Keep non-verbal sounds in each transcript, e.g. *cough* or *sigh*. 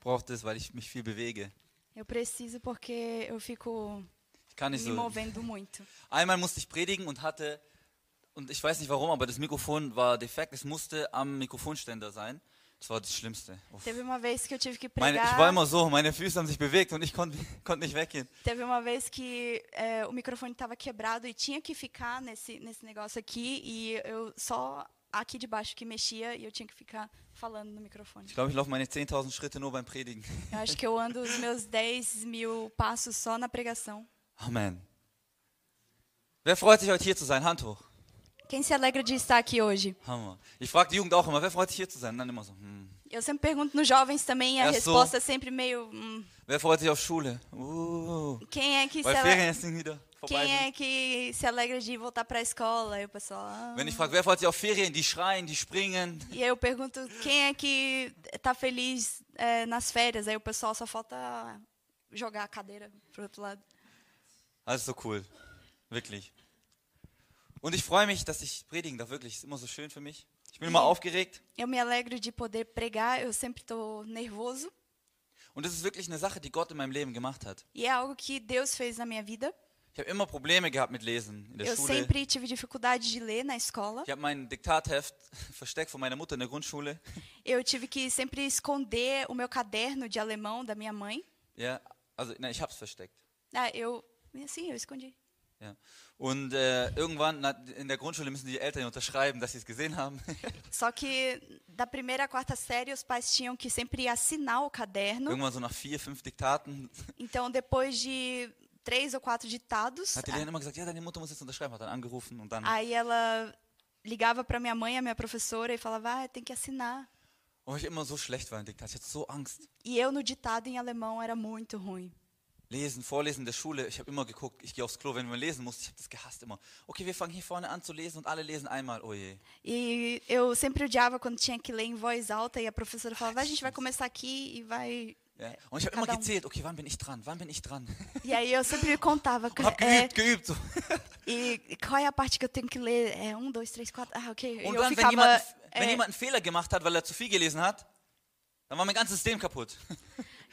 brauche das, weil ich mich viel bewege. Eu preciso porque eu fico Ich kann me nicht so. movendo muito. Einmal musste ich predigen und hatte, und ich weiß nicht warum, aber das Mikrofon war defekt. Es musste am Mikrofonständer sein. Das war das Schlimmste. Uff. Teve uma vez que eu tive que Meine, ich war pregar. immer so, meine Füße haben sich bewegt und ich konnte konnt *laughs* nicht weggehen. Teve uma vez que é, o microfone estava quebrado e tinha que ficar nesse, nesse negócio aqui e eu só aqui de baixo que mexia e eu tinha que ficar falando no microfone. Ich glaube, ich laufe meine 10.000 Schritte nur beim Predigen. Eu acho que eu ando os meus *laughs* 10 mil passos só na pregação. Amen. Wer freut sich, heute hier zu sein? Hand hoch. Quem se alegra de estar aqui hoje? Hammer. Ich frage die Jugend auch immer, wer freut sich, hier zu sein? Und dann immer so, hm. Eu sempre pergunto nos jovens também, a É, sou- resposta é sempre meio hum, Wer freut sich auf Schule? Uh. quem é que se Weil Ferien alegra, jetzt nicht wieder vorbei quem sind. é que se alegra de voltar para a escola? Aí o pessoal. "Ah." Wenn ich frage, wer freut sich auf Ferien? Die schreien, die springen. E aí eu pergunto quem é que tá feliz é, nas férias. Aí o pessoal só falta jogar a cadeira pro outro lado. Alles so cool. Wirklich. Und ich freue mich, dass ich predigen darf. Wirklich, ist immer so schön für mich. Ich bin immer aufgeregt. Eu me alegro de poder pregar. Eu sempre tô nervoso Und das ist wirklich eine Sache, die Gott in meinem Leben gemacht hat. e é algo que Deus fez na minha vida. Ich habe immer Probleme gehabt mit Lesen in der Eu Schule. sempre tive dificuldade de ler na escola. Ich habe mein Diktatheft *laughs* versteckt von meiner Mutter in der Grundschule. Eu tive que sempre esconder o meu caderno de alemão da minha mãe. Ja, also nein, ich habe es versteckt. Ah, eu. Sim, eu escondi. Ja. Und äh, irgendwann na, in der Grundschule müssen die Eltern unterschreiben, dass sie es gesehen haben. *laughs* Só que da primeira à quarta série, os pais tinham que sempre assinar o caderno. irgendwann so nach vier, fünf Diktaten Então, depois de três ou quatro ditados, Hat die Lehrerin immer gesagt, ja, deine Mutter muss jetzt unterschreiben, hat dann angerufen und dann. aí ela ligava para minha mãe, a minha professora, e falava, ah, tem que assinar. Oh, ich immer so schlecht war in Diktat, ich hatte so Angst. E eu no ditado em alemão era muito ruim. Lesen, Vorlesen in der Schule, ich habe immer geguckt, ich gehe aufs Klo, wenn man lesen muss, ich habe das gehasst immer. Okay, wir fangen hier vorne an zu lesen und alle lesen einmal, oh je. E eu sempre odiava quando tinha que ler em voz alta e a professora falava, a gente vai começar aqui e vai. Ja. Und ich habe immer Pardon. gezählt, okay, wann bin ich dran, wann bin ich dran? E aí eu sempre contava. Und habe é, geübt, geübt. So. E qual é a parte que eu tenho que ler? É um, dois, três, quatro. Ah, ok. E Und eu dann, wenn ficava. jemand, wenn é, jemand einen Fehler gemacht hat, weil er zu viel gelesen hat, dann war mein ganzes System kaputt.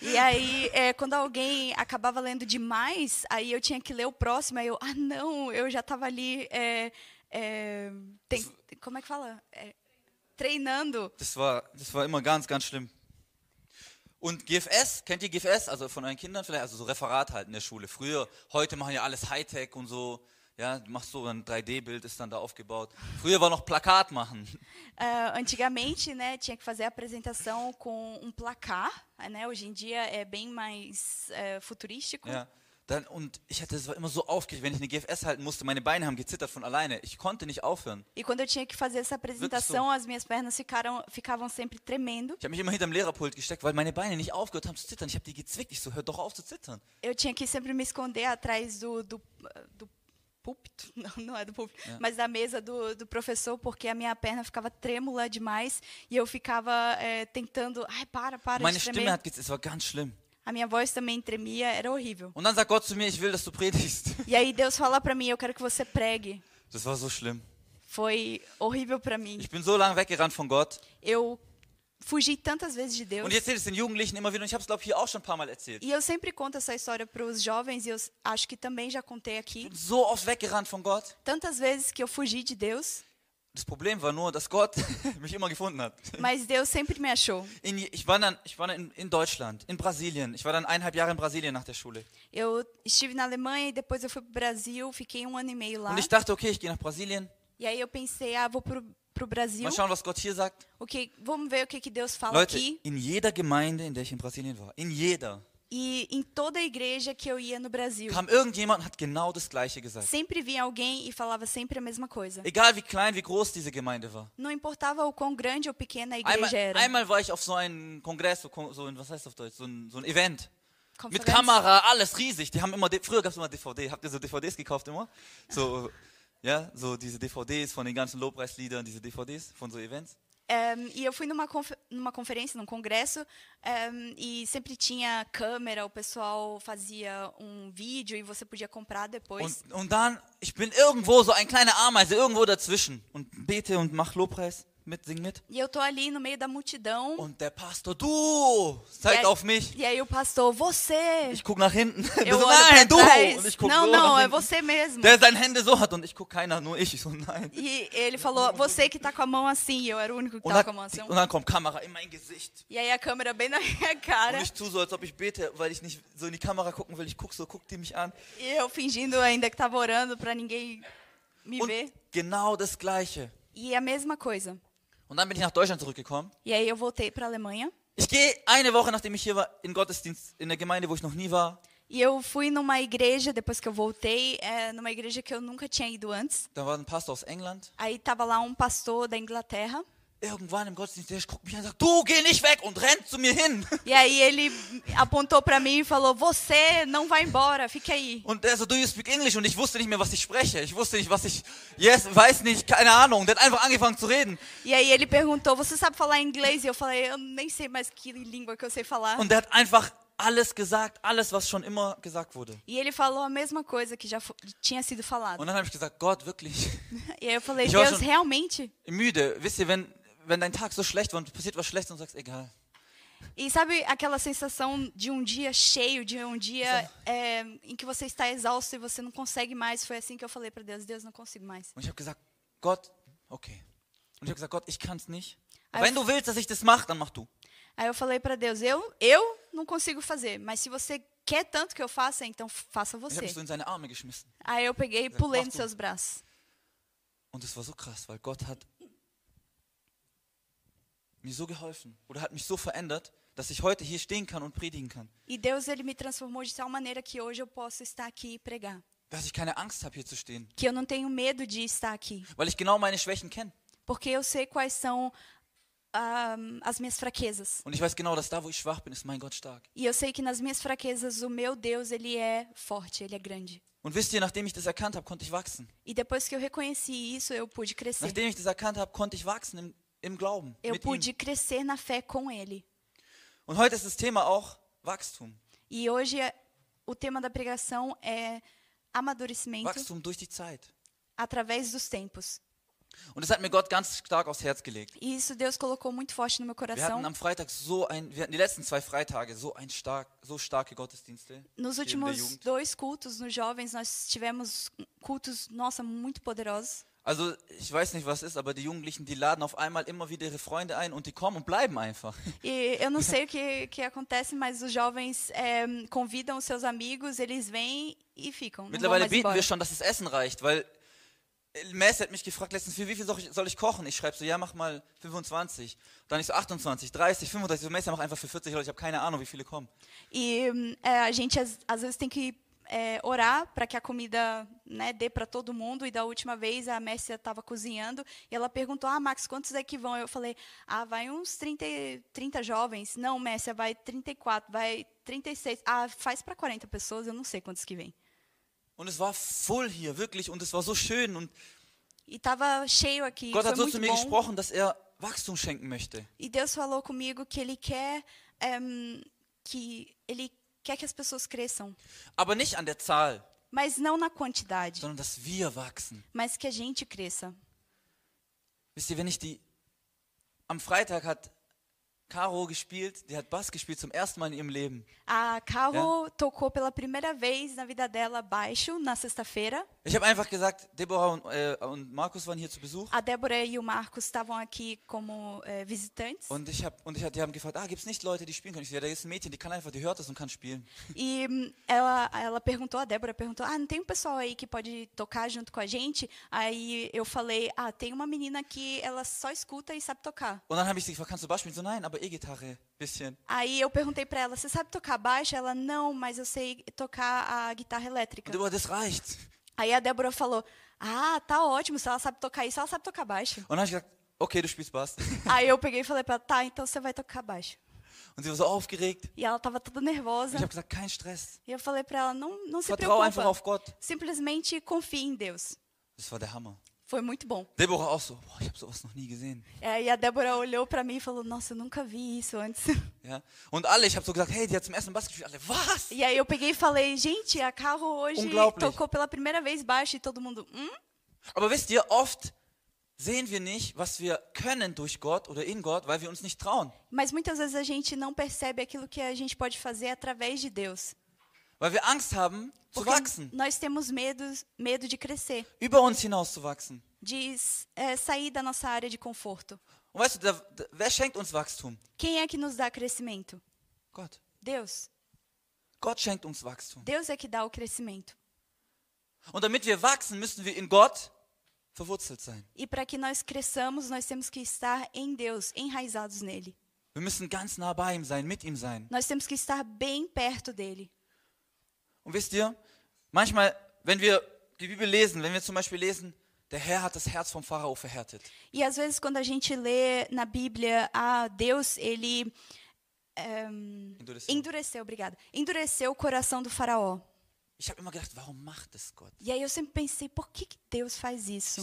E aí, é, quando alguém acabava lendo demais, aí eu tinha que ler o próximo. Aí eu, ah, não, eu já tava ali. é, é, tem- como é que fala? É, treinando. Das war, das war immer ganz, ganz schlimm. Und GFS, kennt ihr GFS? Also von euren Kindern vielleicht, also so Referat halt in der Schule. Früher, heute machen ja alles Hightech und so. Ja, du machst so ein 3D-Bild, ist dann da aufgebaut. Früher war noch Plakat machen. Ah, antigamente, né, tinha que fazer a apresentação com um placar. Né? Hoje em dia é bem mais é, futurístico. Ja. Dann, und ich hatte, das war immer so aufgeregt, wenn ich eine GFS halten musste. Meine Beine haben gezittert von alleine. Ich konnte nicht aufhören. E quando eu tinha que fazer essa apresentação, as minhas pernas ficaram, ficavam sempre tremendo. Ich habe mich immer hinterm Lehrerpult gesteckt, weil meine Beine nicht aufgehört haben zu zittern. Ich habe die gezwickt. Ich so, hört doch auf zu zittern. Eu tinha que sempre me esconder atrás do, do, do púlpito, *laughs* não, não é do púlpito, mas da mesa do, do professor, porque a minha perna ficava trêmula demais e eu ficava eh, tentando, ai, para, para Meine de Stimme tremer. hat gezittert. Es war ganz schlimm. A minha voz também tremia, era horrível. Und dann sagt Gott zu mir, ich will, dass du predigst. E aí Deus fala para mim, eu quero que você pregue. Das war so schlimm. Foi horrível para mim. Ich bin so lange weggerannt von Gott. Eu fugi tantas vezes de Deus. Und ich erzähle es den Jugendlichen immer wieder. Und ich habe es, glaube ich, hier auch schon ein paar Mal erzählt. Ich E eu sempre conto essa história para os jovens e eu s- acho que também já contei aqui. bin so oft weggerannt von Gott. Tantas vezes que eu fugi de Deus, Das Problem war nur, dass Gott *laughs* mich immer gefunden hat. mas Deus sempre me achou. In, ich war dann, ich war dann in, in Deutschland, in Brasilien. Ich war dann eineinhalb Jahre in Brasilien nach der Schule. Eu estive na Alemanha e depois eu fui pro Brasil, fiquei um ano e meio lá. Und ich dachte, okay, ich gehe nach Brasilien. E aí eu pensei, ah, vou pro, pro Brasil. Mal schauen, was Gott hier sagt. O que, vamos ver o que, que Deus fala Leute, aqui. in jeder Gemeinde, in der ich in Brasilien war, in jeder, E em toda a igreja que eu ia no Brasil, kam irgendjemand und hat genau das Gleiche gesagt. sempre vinha alguém e falava sempre a mesma coisa. Egal wie klein, wie groß diese Gemeinde war. Não importava o quão grande ou pequena a Einmal, igreja era. einmal war ich auf so einem Kongress, so, Kon- so ein, was heißt das auf Deutsch, so ein, so ein Event. Mit Conference. Kamera, alles riesig. Die haben immer, D- früher gab es immer DVD. Habt ihr so DVDs gekauft immer? So, ja, so diese DVDs von den ganzen Lobpreisliedern, diese DVDs von so Events. Ehm, e eu fui numa, confe- numa conferência, num congresso, ehm, e sempre tinha câmera, o pessoal fazia um vídeo e você podia comprar depois. Und, und dann, ich bin irgendwo so ein kleiner Ameise, irgendwo dazwischen und bete und mach Lobpreis. mit, sing mit. E eu tô ali no meio da multidão. Und der Pastor, du, e zeigt aí- auf mich. E aí o pastor, você. Ich gucke nach hinten. *laughs* Eu so, olho pra nein, du! trás. Und ich guck Não, so não, nach é hinten. você mesmo. Der seine Hände so hat und ich gucke keiner, nur ich. Ich so, nein. E ele falou, você que tá com a mão assim. E eu era o único que Und tava com a mão dann, assim. und dann kommt Kamera in mein Gesicht. E aí a câmera bem na minha *laughs* Und cara. ich tu so, als ob ich bete, weil ich nicht so in die Kamera gucken will. Ich guck so, guckt die mich an. E eu fingindo ainda que tava orando pra ninguém me Und ver. genau das Gleiche. E a mesma coisa. Und dann bin ich nach Deutschland zurückgekommen. E aí eu voltei pra Alemanha. Ich gehe eine Woche, nachdem ich hier war, in Gottesdienst in der Gemeinde, wo ich noch nie war. E eu fui numa igreja, depois que eu voltei, é, numa igreja que eu nunca tinha ido antes. Da war ein Pastor aus England. Aí tava lá um pastor da Inglaterra. Irgendwann im Gottesdienst, der guckt mich an und sagt, du geh nicht weg und rennt zu mir hin. *laughs* E aí ele apontou pra mim e falou: "Você não vai embora, fica aí". Und der so, do you speak English? Und ich wusste nicht mehr, was ich spreche. Ich wusste nicht, was ich, yes, weiß nicht, keine Ahnung. Der hat einfach angefangen zu reden. E aí ele perguntou: "Você sabe falar inglês?" E eu falei: "Eu nem sei mais que língua que eu sei falar". Und der hat einfach alles gesagt, alles, was schon immer gesagt wurde. E ele falou a mesma coisa que já fo- tinha sido falado. Und dann habe ich gesagt, Gott, wirklich, E aí eu falei: Ich war "Deus, schon- realmente?" müde. Wisst ihr, wenn, wenn dein Tag so schlecht war und passiert was Schlechtes und du sagst, egal. E sabe aquela sensação de um dia cheio, de um dia é, em que você está exausto e você não consegue mais? Foi assim que eu falei pra Deus: "Deus, não consigo mais". Und ich habe gesagt, Gott, okay. Und ich habe gesagt, Gott, ich kann es nicht. Als- Wenn du willst, dass ich das mache, dann mach du. Aí eu falei pra Deus: "Eu, eu não consigo fazer, mas se você quer tanto que eu faça, então faça Ich habe você". mich so in seine Arme geschmissen. Aí eu peguei e Exato. pulei Mach nos du. seus braços. Und es war so krass, weil Gott hat mir so geholfen oder hat mich so verändert, dass ich heute hier stehen kann und predigen kann. E Deus ele me transformou de tal maneira que hoje eu posso estar aqui e pregar. Dass ich keine Angst habe, hier zu stehen. Que eu não tenho medo de estar aqui, Weil ich genau meine Schwächen kenne. porque eu sei quais são ahm, as minhas fraquezas. Und ich weiß genau, dass da, wo ich schwach bin, ist mein Gott stark. E eu sei que nas minhas fraquezas o meu Deus ele é forte, ele é grande. Und wisst ihr, nachdem ich das erkannt habe, konnte ich wachsen. E depois que eu reconheci isso, eu pude crescer. Nachdem ich das erkannt habe, konnte ich wachsen im, im Glauben. Eu Mit ihm. pude crescer na fé com ele. Und heute ist das Thema auch Wachstum. E hoje é- o tema da pregação é amadurecimento Wachstum durch die Zeit. através dos tempos. Und das hat mir Gott ganz stark aufs Herz gelegt. E isso Deus colocou muito forte no meu Wir coração. hatten am Freitag so ein, wir hatten die letzten zwei Freitage so ein stark, so starke Gottesdienste. Nos hier in der últimos Jugend. dois cultos nos jovens, nós tivemos cultos, nossa, muito poderosos. Also ich weiß nicht, was ist, aber die Jugendlichen, die laden auf einmal immer wieder ihre Freunde ein und die kommen und bleiben *laughs* einfach. E eu não sei o que, que acontece, mas os jovens eh, convidam os seus amigos, eles vêm e ficam. Não vão Mittlerweile mais beten embora. wir schon, dass das Essen reicht, weil äh, Mess hat mich gefragt letztens, für wie viel soll ich, soll ich kochen? Ich schreibe so, ja, mach mal 25. Dann ich so 28, 30, 35. So, Mess, ja, mach einfach für 40 Leute. Ich habe keine Ahnung, wie viele kommen. E hum, é, a gente às, às vezes tem que é, orar para que a comida né, dê para todo mundo. E da última vez a Mércia estava cozinhando e ela perguntou: Ah, Max, quantos é que vão? Eu falei: Ah, vai uns 30, e- 30 jovens. Não, Mércia, vai 34, vai 36. Ah, faz para 40 pessoas, eu não sei quantos que vem. Und es war voll hier, wirklich. Und es war so schön. Und E estava cheio aqui, Gott foi hat so zu muito mir bom. gesprochen, dass er Wachstum schenken möchte. E Deus falou comigo que Ele quer em, que Ele quer que as pessoas cresçam, Aber nicht an der Zahl, mas não na quantidade, sondern dass wir wachsen. mas que a gente cresça. Wisst ihr, wenn ich die. Am Freitag hat Caro gespielt, die hat Bass gespielt zum ersten Mal in ihrem Leben. A Carol tocou pela primeira vez na vida dela baixo na sexta-feira. Ich habe einfach gesagt, Deborah und, äh, und Markus waren hier zu Besuch. A Débora e o Marcos estavam aqui como eh, visitantes. Und ich habe und ich hab, die haben gefragt, ah, gibt's nicht Leute, die spielen können? Ich so, ja, da ist ein Mädchen, die kann einfach, die hört das und kann spielen. E hum, ela, ela perguntou, a Débora perguntou, ah, não tem um pessoal aí que pode tocar junto com a gente? Aí eu falei, ah, tem uma menina que ela só escuta e sabe tocar. Und dann habe ich sie gefragt, kannst du Bass spielen? So, nein, aber E-Gitarre, bisschen. Aí eu perguntei pra ela, você sabe tocar baixo? Ela, não, mas eu sei tocar a guitarra Und elétrica. Deborah, das reicht. Aí a Débora falou, ah, tá ótimo, se ela sabe tocar isso, ela sabe tocar baixo. *laughs* Und dann habe ich gesagt, okay, du spielst Bass. *laughs* Aí eu peguei e falei pra ela, tá, então você vai tocar baixo. Und sie war so aufgeregt. E ela tava toda Und nervosa. ich habe gesagt, kein Stress. E eu falei pra ela, não, não se Vertrau einfach preocupa. auf Gott. Simplesmente confie em Deus. Das war der Hammer. Foi muito bom. Deborah auch so, boah, ich habe sowas noch nie gesehen. É, e a Débora olhou pra mim e falou, nossa, eu nunca vi isso antes. *laughs* Ja? Und alle, ich habe so gesagt, hey, die hat zum ersten Mal Bass gespielt. Alle, was? E aí eu peguei e falei, gente, a Carro hoje Unglaublich. tocou pela primeira vez baixo. E todo mundo, hum? Aber wisst ihr, oft sehen wir nicht, was wir können durch Gott oder in Gott, weil wir uns nicht trauen. Mas muitas vezes a gente não percebe aquilo que a gente pode fazer através de Deus. Weil wir Angst haben, zu Porque wachsen, nós temos medo, medo de crescer, über uns hinaus zu wachsen. de eh, sair da nossa área de conforto. Und weißt du, da, da, wer schenkt uns Wachstum? Quem é que nos dá crescimento? Gott. Deus. Gott schenkt uns Wachstum. Deus é que dá o crescimento. Und damit wir wachsen, müssen wir in Gott verwurzelt sein. E para que nós cresçamos, nós temos que estar em Deus, enraizados nele. Wir müssen ganz nah bei ihm sein, mit ihm sein. Nós temos que estar bem perto dele. Und wisst ihr, manchmal, wenn wir die Bibel lesen, wenn wir zum Beispiel lesen, der Herr hat das Herz vom Pharao verhärtet. E às vezes quando a gente lê na Bíblia, ah, Deus, ele ehm, Endureceu. endureceu, obrigada, endureceu o coração do faraó. Ich habe immer gedacht, warum macht es Gott? E aí eu sempre pensei, por que, que Deus faz isso?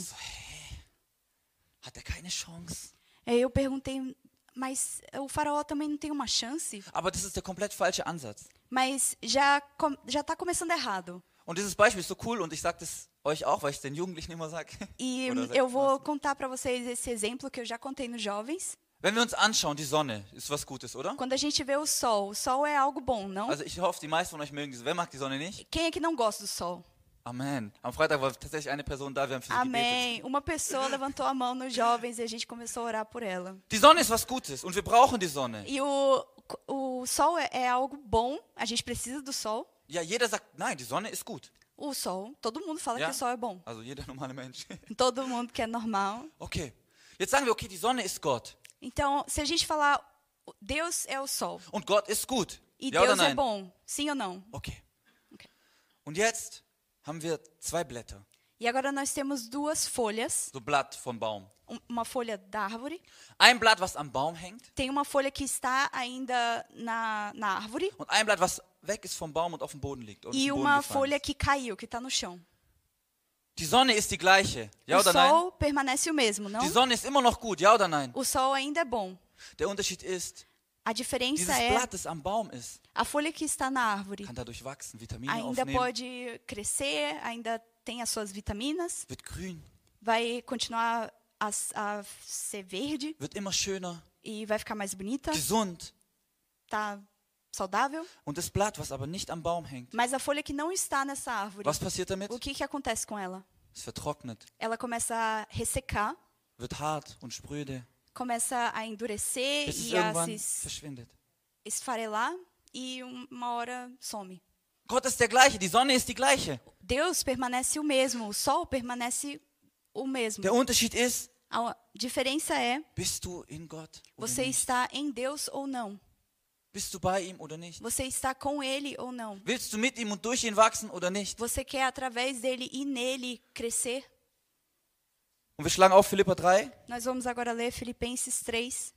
Hat er keine Chance? Aí eu perguntei, mas o faraó também não tem uma chance? Aber das ist der komplett falsche Ansatz. Mas já com, já está começando errado. Und dieses Beispiel ist so cool und ich sage das euch auch, weil ich es den Jugendlichen immer sage. *laughs* E Oder sagt eu man vou contar para vocês esse exemplo que eu já contei nos jovens. Wenn wir uns anschauen, die Sonne ist was Gutes, oder? Quando a gente vê o sol, o sol é algo bom, não? Also ich hoffe, die meisten von euch mögen diese. Wer mag die Sonne nicht? Quem é que não gosta do sol? Amen. Am Freitag war tatsächlich eine Person da, wir haben für sie gebetet. Amém. Uma pessoa levantou a mão nos jovens e a gente começou a orar por ela. Die Sonne ist was Gutes und wir brauchen die Sonne. E o, o sol é, é algo bom, a gente precisa do sol. Ja, jeder sagt, nein, die Sonne ist gut. O sol, todo mundo fala Ja. que o sol é bom. Also jeder normale Mensch. *laughs* Todo mundo que é normal. Okay. Jetzt sagen wir, okay, die Sonne ist Gott Então, se a gente falar "O- Deus é o sol und Gott ist gut. e Ja oder Deus é nein? bom, sim ou não? Okay. Okay. Und jetzt haben wir zwei Blätter, E agora nós temos duas folhas, so Blatt vom Baum. um- uma folha da árvore. Ein Blatt, was am Baum hängt Tem uma folha que está ainda na, na árvore und ein Blatt, was weg ist vom Baum und auf dem Boden liegt und e zum Boden uma gefallen folha ist. que caiu, que está no chão. Die Sonne ist die gleiche. Ja o oder nein? sol permanece o mesmo, não? Die Sonne ist immer noch gut. Ja oder nein? O sol ainda é bom. Der Unterschied ist, A diferença dieses é Blatt, das am Baum ist, a folha que está na árvore kann dadurch wachsen, Vitamine ainda aufnehmen, pode crescer, ainda tem as suas vitaminas, wird grün, vai continuar a, s- a ser verde wird immer schöner, e vai ficar mais bonita, gesund. tá saudável. Und das Blatt, was aber nicht am Baum hängt, Mas a folha que não está nessa árvore, was passiert damit? o que, que acontece com ela? Es vertrocknet, Ela começa a ressecar, wird hart und spröde, começa a endurecer bis es e a irgendwann se es- verschwindet. esfarelar e um- uma hora some. Gott ist der gleiche, die Sonne ist die gleiche. Deus permanece o mesmo, o sol permanece o mesmo. Der Unterschied ist, A diferença é bist du in Gott? Oder você nicht? está em Deus ou não. Bist du bei ihm oder nicht? Você está com Ele ou não. Willst du mit ihm und durch ihn wachsen oder nicht? Você quer através dele e nele crescer. Und wir schlagen auf Philippa 3. Nós vamos agora ler Filipenses 3.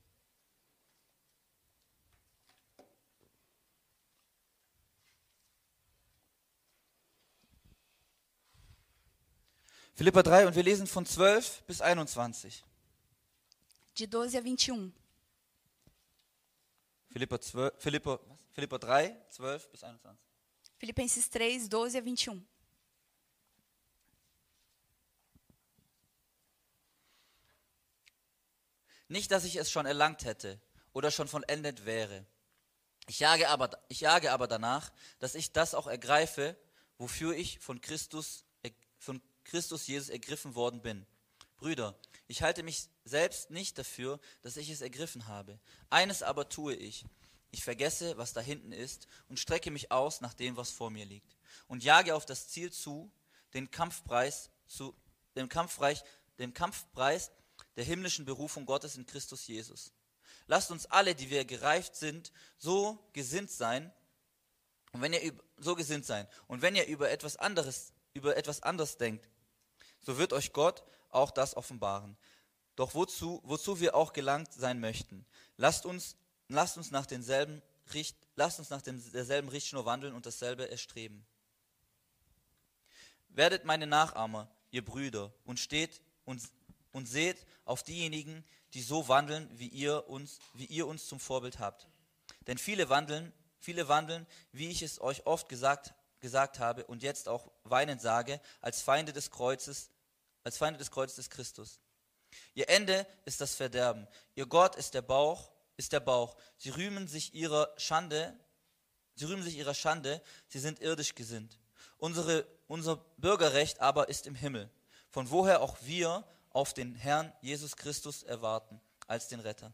Philippa 3 und wir lesen von 12 bis 21. de 12 a 21. Philippa, 12, Philippa, was? Philippa 3, 12 bis 21. Filipenses 3, 12 a 21. Nicht, dass ich es schon erlangt hätte oder schon vollendet wäre. Ich jage aber, ich jage aber danach, dass ich das auch ergreife, wofür ich von Christus, er- von Christus Jesus ergriffen worden bin. Brüder, ich halte mich selbst nicht dafür, dass ich es ergriffen habe. Eines aber tue ich. Ich vergesse, was da hinten ist und strecke mich aus nach dem, was vor mir liegt. Und jage auf das Ziel zu, den Kampfpreis zu, dem Kampfreich, dem Kampfpreis der himmlischen Berufung Gottes in Christus Jesus. Lasst uns alle, die wir gereift sind, so gesinnt sein, und wenn ihr üb- so gesinnt sein, und wenn ihr über etwas anderes, über etwas anderes denkt, so wird euch Gott auch das offenbaren. Doch wozu, wozu wir auch gelangt sein möchten, lasst uns, lasst uns nach denselben Richt, lasst uns nach dem, derselben Richtschnur wandeln und dasselbe erstreben. Werdet meine Nachahmer, ihr Brüder, und steht und, und seht auf diejenigen, die so wandeln, wie ihr, uns, wie ihr uns zum Vorbild habt. Denn viele wandeln, viele wandeln, wie ich es euch oft gesagt, gesagt habe und jetzt auch weinend sage, als Feinde des Kreuzes, als Feinde des Kreuzes des Christus. Ihr Ende ist das Verderben. Ihr Gott ist der Bauch, ist der Bauch. Sie rühmen sich ihrer Schande, sie rühmen sich ihrer Schande, sie sind irdisch gesinnt. Unsere, unser Bürgerrecht aber ist im Himmel, von woher auch wir auf den Herrn Jesus Christus erwarten, als den Retter,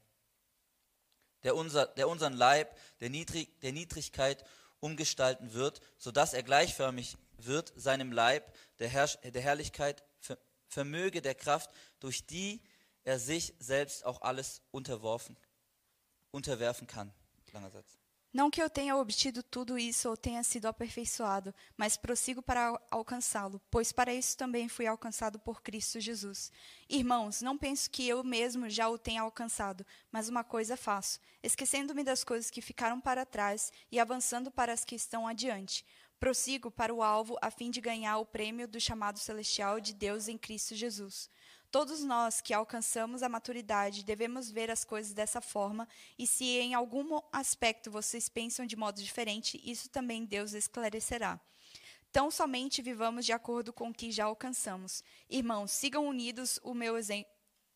der, unser, der unseren Leib der, Niedrig, der Niedrigkeit umgestalten wird, sodass er gleichförmig wird seinem Leib der, Herrsch, der Herrlichkeit, ver, vermöge der Kraft, durch die er sich selbst auch alles unterworfen, unterwerfen kann. Langer Satz. Não que eu tenha obtido tudo isso ou tenha sido aperfeiçoado, mas prossigo para al- alcançá-lo, pois para isso também fui alcançado por Cristo Jesus. Irmãos, não penso que eu mesmo já o tenha alcançado, mas uma coisa faço, esquecendo-me das coisas que ficaram para trás e avançando para as que estão adiante. Prossigo para o alvo a fim de ganhar o prêmio do chamado celestial de Deus em Cristo Jesus. Todos nós que alcançamos a maturidade devemos ver as coisas dessa forma, e se em algum aspecto vocês pensam de modo diferente, isso também Deus esclarecerá. Tão somente vivamos de acordo com o que já alcançamos. Irmãos, sigam unidos o meu exemplo.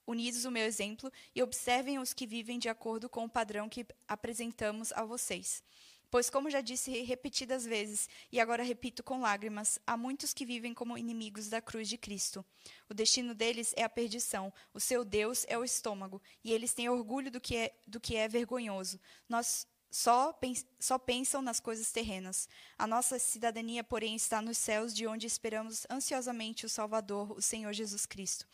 Unidos o meu exemplo e observem os que vivem de acordo com o padrão que apresentamos a vocês. Pois, como já disse repetidas vezes, e agora repito com lágrimas, há muitos que vivem como inimigos da cruz de Cristo. O destino deles é a perdição, o seu Deus é o estômago, e eles têm orgulho do que é, do que é vergonhoso. Nós só, pens- só pensam nas coisas terrenas. A nossa cidadania, porém, está nos céus, de onde esperamos ansiosamente o Salvador, o Senhor Jesus Cristo.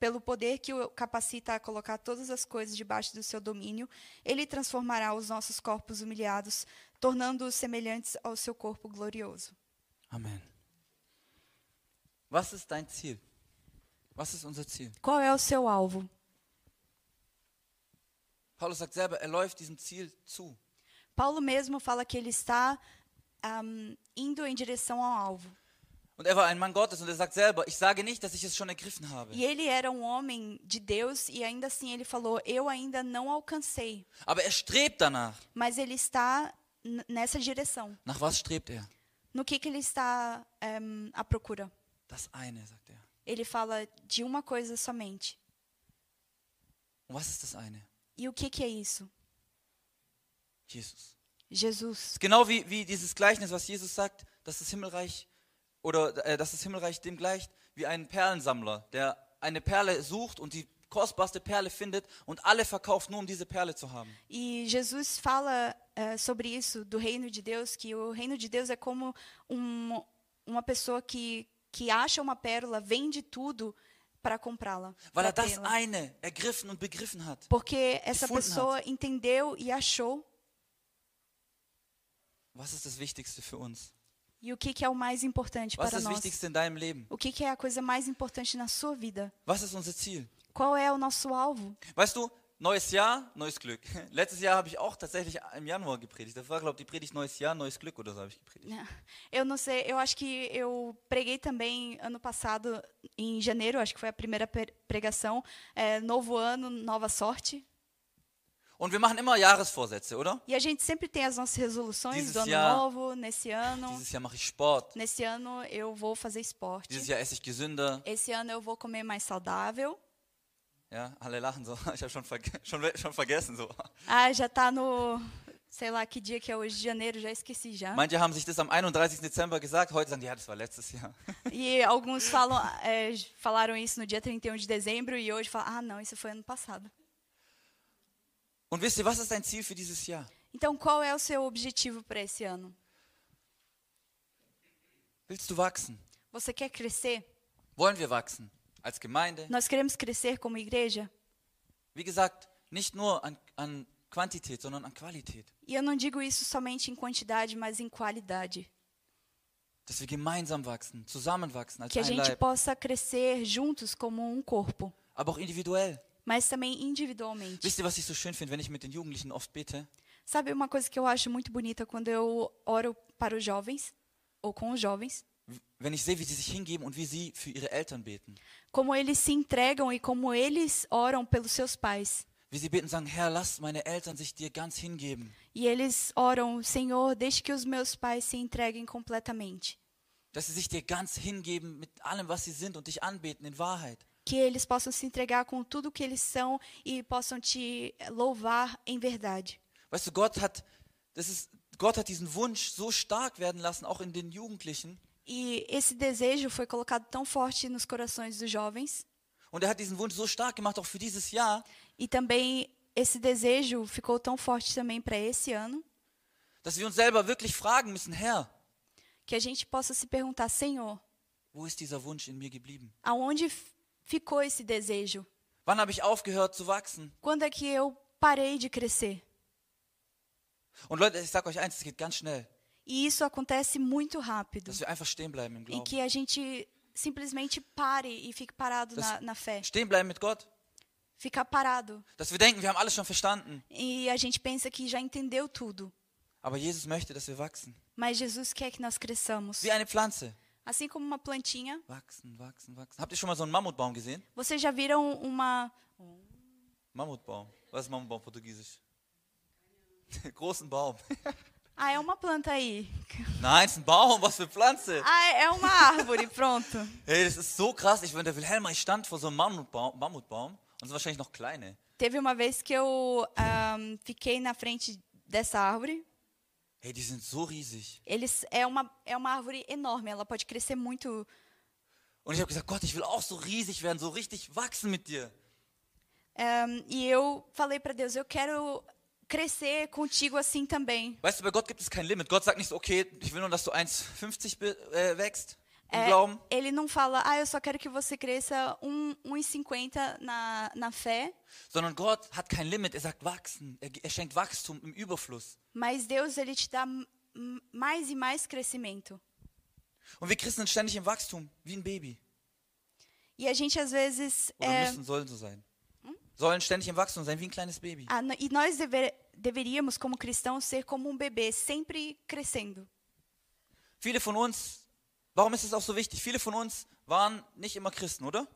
Pelo poder que o capacita a colocar todas as coisas debaixo do seu domínio, ele transformará os nossos corpos humilhados, tornando-os semelhantes ao seu corpo glorioso. Amen. Was ist dein Ziel? Was ist unser Ziel? Qual é o seu alvo? Paulus sagt selber, er läuft diesem Ziel zu. Paulo mesmo fala que ele está ahm, indo em direção ao alvo. Und er war ein Mann Gottes und er sagt selber, ich sage nicht, dass ich es schon ergriffen habe. E ele era um homem de Deus e ainda assim ele falou: Eu ainda não alcancei, Aber er strebt danach. mas ele está n- nessa direção. Nach was strebt er? No que, que ele está ahm, à procura? Das eine, sagt er. Ele fala de uma coisa somente. Und was ist das eine? E o que, que é isso? Jesus. Jesus. ist genau wie, wie dieses Gleichnis, was Jesus sagt, dass das Himmelreich oder äh, dass das Himmelreich dem gleicht wie ein Perlensammler, der eine Perle sucht und die kostbarste Perle findet und alle verkauft, nur um diese Perle zu haben. E Jesus fala eh, sobre isso, do reino de Deus, que o reino de Deus é como um, uma pessoa que, que acha uma pérola, vende tudo para comprá-la. Weil pra er das tê-la. eine ergriffen und begriffen hat. Porque essa gefunden pessoa entendeu e achou. Was ist das Wichtigste für uns? E o que, que é o mais importante Was para ist das nós? Wichtigste in deinem Leben? O que, que é a coisa mais importante na sua vida? Was ist unser Ziel? Qual é o nosso alvo? Weißt du, neues Jahr, neues Glück. *laughs* Letztes Jahr habe ich auch tatsächlich im Januar gepredigt. Das war, glaube ich, die Predigt Neues Jahr, neues Glück oder so habe ich gepredigt. Eu não sei, eu acho que eu preguei também ano passado, em janeiro, acho que foi a primeira pre- pregação. eh, novo ano, nova sorte. Und wir machen immer Jahresvorsätze, oder? E a gente sempre tem as nossas resoluções Dieses do ano Jahr- novo, nesse ano. Dieses Jahr mache ich Sport. Nesse ano eu vou fazer esporte. Dieses Jahr esse ich gesünder. Esse ano eu vou comer mais saudável. Ja, alle lachen so. *laughs* Ich habe schon, verge schon, we- schon vergessen so. Ah, já tá no. Sei lá que dia que é hoje, janeiro, já esqueci já. Manche haben sich das am 31. Dezember gesagt. Heute sagen die, ja, das war letztes Jahr. E alguns falam, eh, falaram isso no dia 31 de dezembro e hoje falam, ah, não, isso foi ano passado. Und wisst ihr, was ist dein Ziel für dieses Jahr? Então, qual é o seu objetivo para esse ano? Willst du wachsen? Você quer crescer? Wollen wir wachsen? Als Gemeinde? Nós queremos crescer como igreja? Wie gesagt, nicht nur an, an Quantität, sondern an Qualität. E eu não digo isso somente em quantidade, mas em qualidade. Dass wir gemeinsam wachsen, zusammenwachsen als Que a ein gente Leib. possa crescer juntos como um corpo, Aber auch individuell. mas também individualmente. Wisst ihr, was ich so schön finde, wenn ich mit den Jugendlichen oft bete? Sabe uma coisa que eu acho muito bonita quando eu oro para os jovens, ou com os jovens? W- Wenn ich sehe, wie sie sich hingeben und wie sie für ihre Eltern beten. Como eles se entregam e como eles oram pelos seus pais. Wie sie beten und sagen, Herr, lass meine Eltern sich dir ganz hingeben. E eles oram, Senhor, deixe que os meus pais se entreguem completamente. dass sie sich dir ganz hingeben mit allem, was sie sind und dich anbeten in Wahrheit. que eles possam se entregar com tudo o que eles são e possam te louvar em verdade. Weißt du, Gott hat, das ist, Gott hat diesen Wunsch so stark werden lassen, auch in den Jugendlichen. E esse desejo foi colocado tão forte nos corações dos jovens Und er hat diesen Wunsch so stark gemacht, auch für dieses Jahr, e também esse desejo ficou tão forte também para esse ano dass wir uns selber wirklich fragen müssen, Herr, que a gente possa se perguntar, Senhor, wo ist dieser Wunsch in mir geblieben? aonde f- ficou esse desejo? Wann habe ich aufgehört zu wachsen? Quando é que eu parei de crescer? Und Leute, ich sage euch eins, es geht ganz schnell, E isso acontece muito rápido. dass wir einfach stehen bleiben im E Glauben. que a gente simplesmente pare e fique parado na, na fé. Stehen bleiben mit Gott. Ficar parado. Dass wir denken, wir haben alles schon verstanden. E a gente pensa que já entendeu tudo. Aber Jesus möchte, dass wir wachsen. Mas Jesus quer que nós cresçamos. Wie eine Pflanze. Assim como uma plantinha, Wachsen, wachsen, wachsen. Habt ihr schon mal so einen Mammutbaum gesehen? vocês já viram uma. Mammutbaum. Was ist Mammutbaum portugiesisch? *laughs* Großen Baum. *laughs* Ah, é uma planta aí. Nein, es ist ein Baum, was für Pflanze. Ah, é uma árvore, *laughs* pronto. Ey, das ist so krass. Ich bin der Wilhelm, ich stand vor so einem Mammutbaum, Mammutbaum und sind wahrscheinlich noch kleine. Teve uma vez que eu ahn, fiquei na frente dessa árvore. Hey, die sind so riesig. Eles, é, uma, é uma árvore enorme, ela pode crescer muito. Und ich habe gesagt, Gott, ich will auch so riesig werden, so richtig wachsen mit dir. Ahn, e eu falei para Deus: eu quero crescer contigo assim também. Weißt du, bei Gott gibt es kein Limit. Gott sagt nicht, so, okay, ich will nur, dass du 1,50 bi- äh, wächst im É, Glauben. ele não fala, ah, eu só quero que você cresça um- 1,50 na, na fé, sondern Gott hat kein Limit. Er sagt wachsen. Er, er schenkt Wachstum im Überfluss. mas Deus ele te dá m- m- mais e mais crescimento. Und wir Christen sind ständig im Wachstum, wie ein Baby. E a gente às vezes Oder é, müssen, sollen so sein. Sollen ständig im Wachstum sein, wie ein kleines Baby. Hm? ah, n- e nós deve- deveríamos como cristãos ser como um bebê, sempre crescendo. Viele von uns, warum ist es auch so wichtig? Viele von uns waren nicht immer Christen, oder?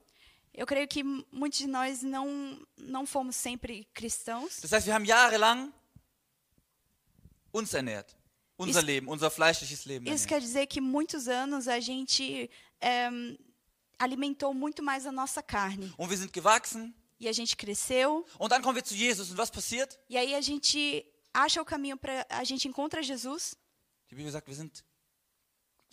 Eu creio que m- muitos de nós não não fomos sempre cristãos. Das heißt, wir haben jahrelang uns ernährt. Unser Ist- Leben, unser fleischliches Leben. Isso Ernährt. quer dizer que muitos anos a gente é, alimentou muito mais a nossa carne Und wir sind gewachsen. e a gente cresceu Und dann kommen wir zu Jesus. Und was passiert? E aí a gente acha o caminho para a gente encontra Jesus Die Bibel sagt, wir sind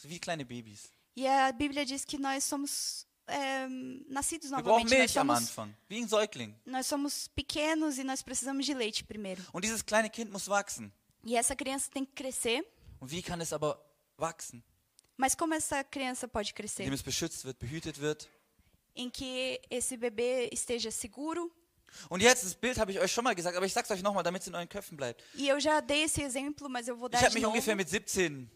wie kleine Babys. e a Bíblia diz que nós somos é, nascidos Wir brauchen novamente. Nós Milch am somos, Anfang, wie ein Säugling. nós somos pequenos e nós precisamos de leite primeiro. Und dieses kleine Kind muss wachsen. E essa criança tem que crescer, Und wie kann es aber wachsen? mas como essa criança pode Indem crescer? es beschützt wird, behütet wird. Em que esse bebê esteja seguro. Und jetzt, das Bild habe ich euch schon mal gesagt, aber ich sag's euch nochmal, damit es in euren Köpfen bleibt. E eu já dei esse exemplo, mas eu vou Ich dar habe de mich novo. ungefähr mit 17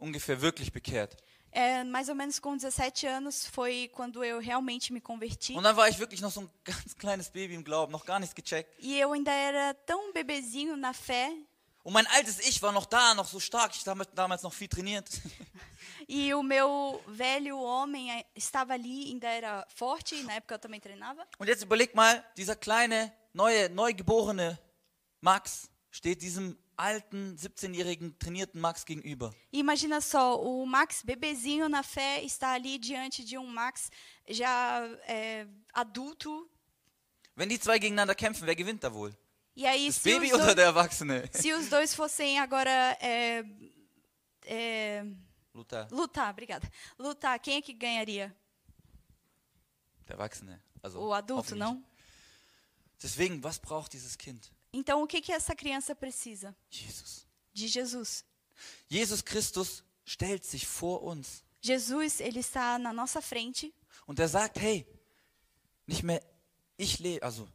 ungefähr wirklich bekehrt. É, mais ou menos com 17 anos foi quando eu realmente me converti. Und dann war ich wirklich noch so ein *laughs* ganz kleines Baby im Glauben, noch gar nichts gecheckt. E eu ainda era tão bebezinho na fé, Und mein altes Ich war noch da, noch so stark. Ich habe damals noch viel trainiert. E o meu velho homem eh, estava ali, ainda era forte, e na época eu também treinava. Und jetzt überleg mal, dieser kleine, neue, neugeborene Max steht diesem alten, 17-jährigen, trainierten Max gegenüber. E imagina só, o Max, bebezinho na fé, está ali diante de um Max já eh, adulto. Wenn die zwei gegeneinander kämpfen, wer gewinnt da wohl? E aí, Das se os, Baby oder dois, der Erwachsene? se os dois fossem agora eh, eh, Luther, lutar, obrigada. Lutar, quem é que ganharia? der Erwachsene. Also O adulto, hoffentlich. não? Deswegen, was braucht dieses Kind? Então, o que, que essa criança precisa? Jesus. De Jesus. Jesus Christus stellt sich vor uns Jesus, ele está na nossa frente und er sagt, hey, nicht mehr ich lebe, also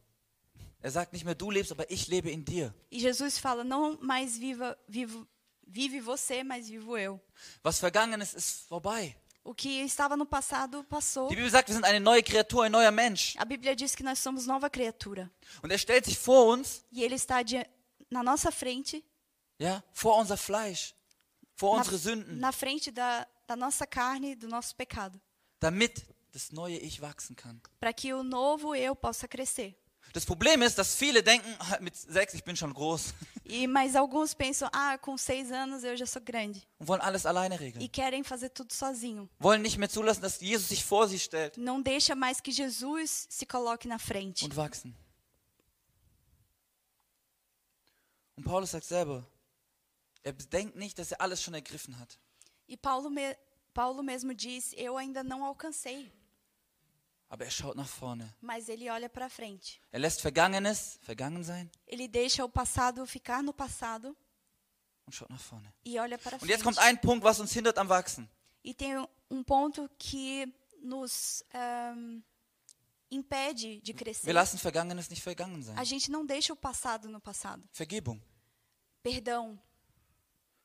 er sagt nicht mehr du lebst, aber ich lebe in dir. E Jesus fala: não mais viva, vivo, vive você, mas vivo eu. Was vergangen ist, ist vorbei. O que estava no passado passou. Die Bibel sagt, wir sind eine neue Kreatur, ein neuer Mensch. A Bíblia diz que nós somos nova criatura. Und er stellt sich vor uns, E Ele está dia- na nossa frente, ja, vor unser Fleisch, vor unsere na, Sünden, na frente da, da nossa carne, do nosso pecado, damit das neue Ich wachsen kann. para que o novo eu possa crescer. Das Problem ist, dass viele denken, "Ah, mit sechs, ich bin schon groß *laughs* E mas alguns pensam, ah, com seis anos eu já sou grande und wollen alles alleine regeln. e querem fazer tudo sozinho. Wollen nicht mehr zulassen, dass Jesus sich vor sie stellt Não deixa mais que Jesus se coloque na frente. und wachsen. Und Paulus sagt selber, er denkt nicht, dass er alles schon ergriffen hat. E Paulo, me Paulo mesmo diz, eu ainda não alcancei, Aber er schaut nach vorne. mas ele olha para frente. Er lässt Vergangenes vergangen sein Ele deixa o passado ficar no passado und schaut nach vorne. e olha para Und jetzt kommt frente. ein Punkt, was uns hindert am Wachsen. E tem um- um ponto que nos ehm, impede de crescer. Wir lassen Vergangenes nicht vergangen sein. A gente não deixa o passado no passado. Vergebung. Perdão.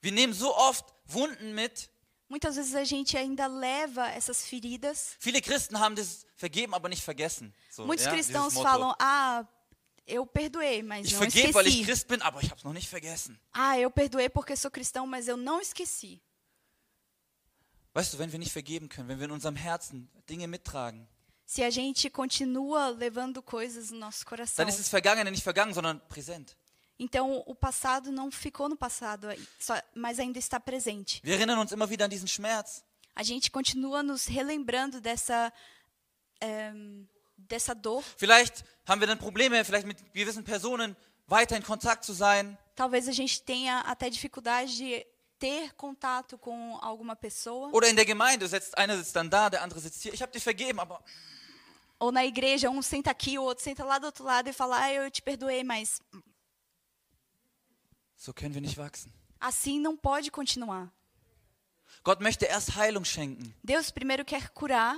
Wir nehmen so oft Wunden mit. Muitas vezes a gente ainda leva essas feridas. Viele Christen haben das vergeben, aber nicht vergessen. So, Muitos ja, dieses cristãos Motto. falam: Ah, eu perdoei, mas ich não vergebe, weil ich esqueci. Christ bin, aber ich habe es noch nicht vergessen. Ah, eu perdoei porque sou cristão, mas eu não esqueci. Weißt du, wenn wir nicht vergeben können, wenn wir in unserem Herzen Dinge mittragen, Se a gente continua levando coisas no nosso coração, dann ist das Vergangene nicht vergangen, sondern präsent. então o passado não ficou no passado, aí, só- mas ainda está presente. Wir erinnern uns immer wieder an diesen Schmerz. A gente continua nos relembrando dessa ehm, dessa dor. Vielleicht haben wir dann Probleme, vielleicht mit gewissen Personen weiter in Kontakt zu sein, Talvez a gente tenha até dificuldade de ter contato com alguma pessoa. Oder in der Gemeinde sitzt einer sitzt dann da, der andere sitzt hier. Ich habe dir vergeben, aber Ou na igreja, um senta aqui, o outro senta lá do outro lado e fala: ah, Eu te perdoei, mas so können wir nicht wachsen. assim não pode continuar. Gott möchte erst Heilung schenken, Deus primeiro quer curar,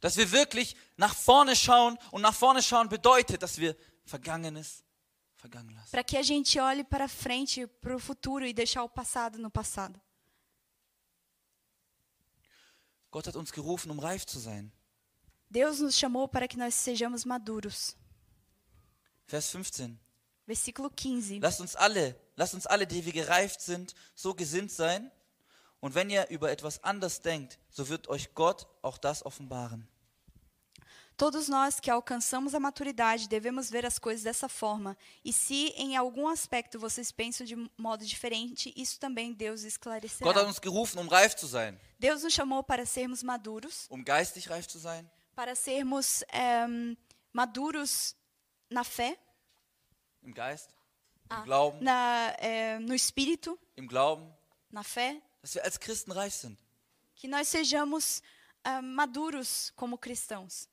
dass wir wirklich nach vorne schauen und nach vorne schauen bedeutet, dass wir Vergangenes vergangen lassen. para que a gente olhe para frente, para o futuro e deixar o passado no passado. Gott hat uns gerufen, um reif zu sein. Deus nos chamou para que nós sejamos maduros. Vers 15. Versículo 15. Lasst uns alle, lasst uns alle, die wir gereift sind, so gesinnt sein. Und wenn ihr über etwas anders denkt, so wird euch Gott auch das offenbaren. Todos nós que alcançamos a maturidade devemos ver as coisas dessa forma. E se em algum aspecto vocês pensam de modo diferente, isso também Deus Gott hat esclarecerá. uns gerufen, um reif zu sein, Deus nos chamou para sermos maduros, um geistig reif zu sein, para sermos ehm, maduros na fé, im Geist, im Glauben. na, eh, no espírito, im Glauben, na fé, dass wir als Christen reif sind. que nós sejamos ah, maduros como cristãos.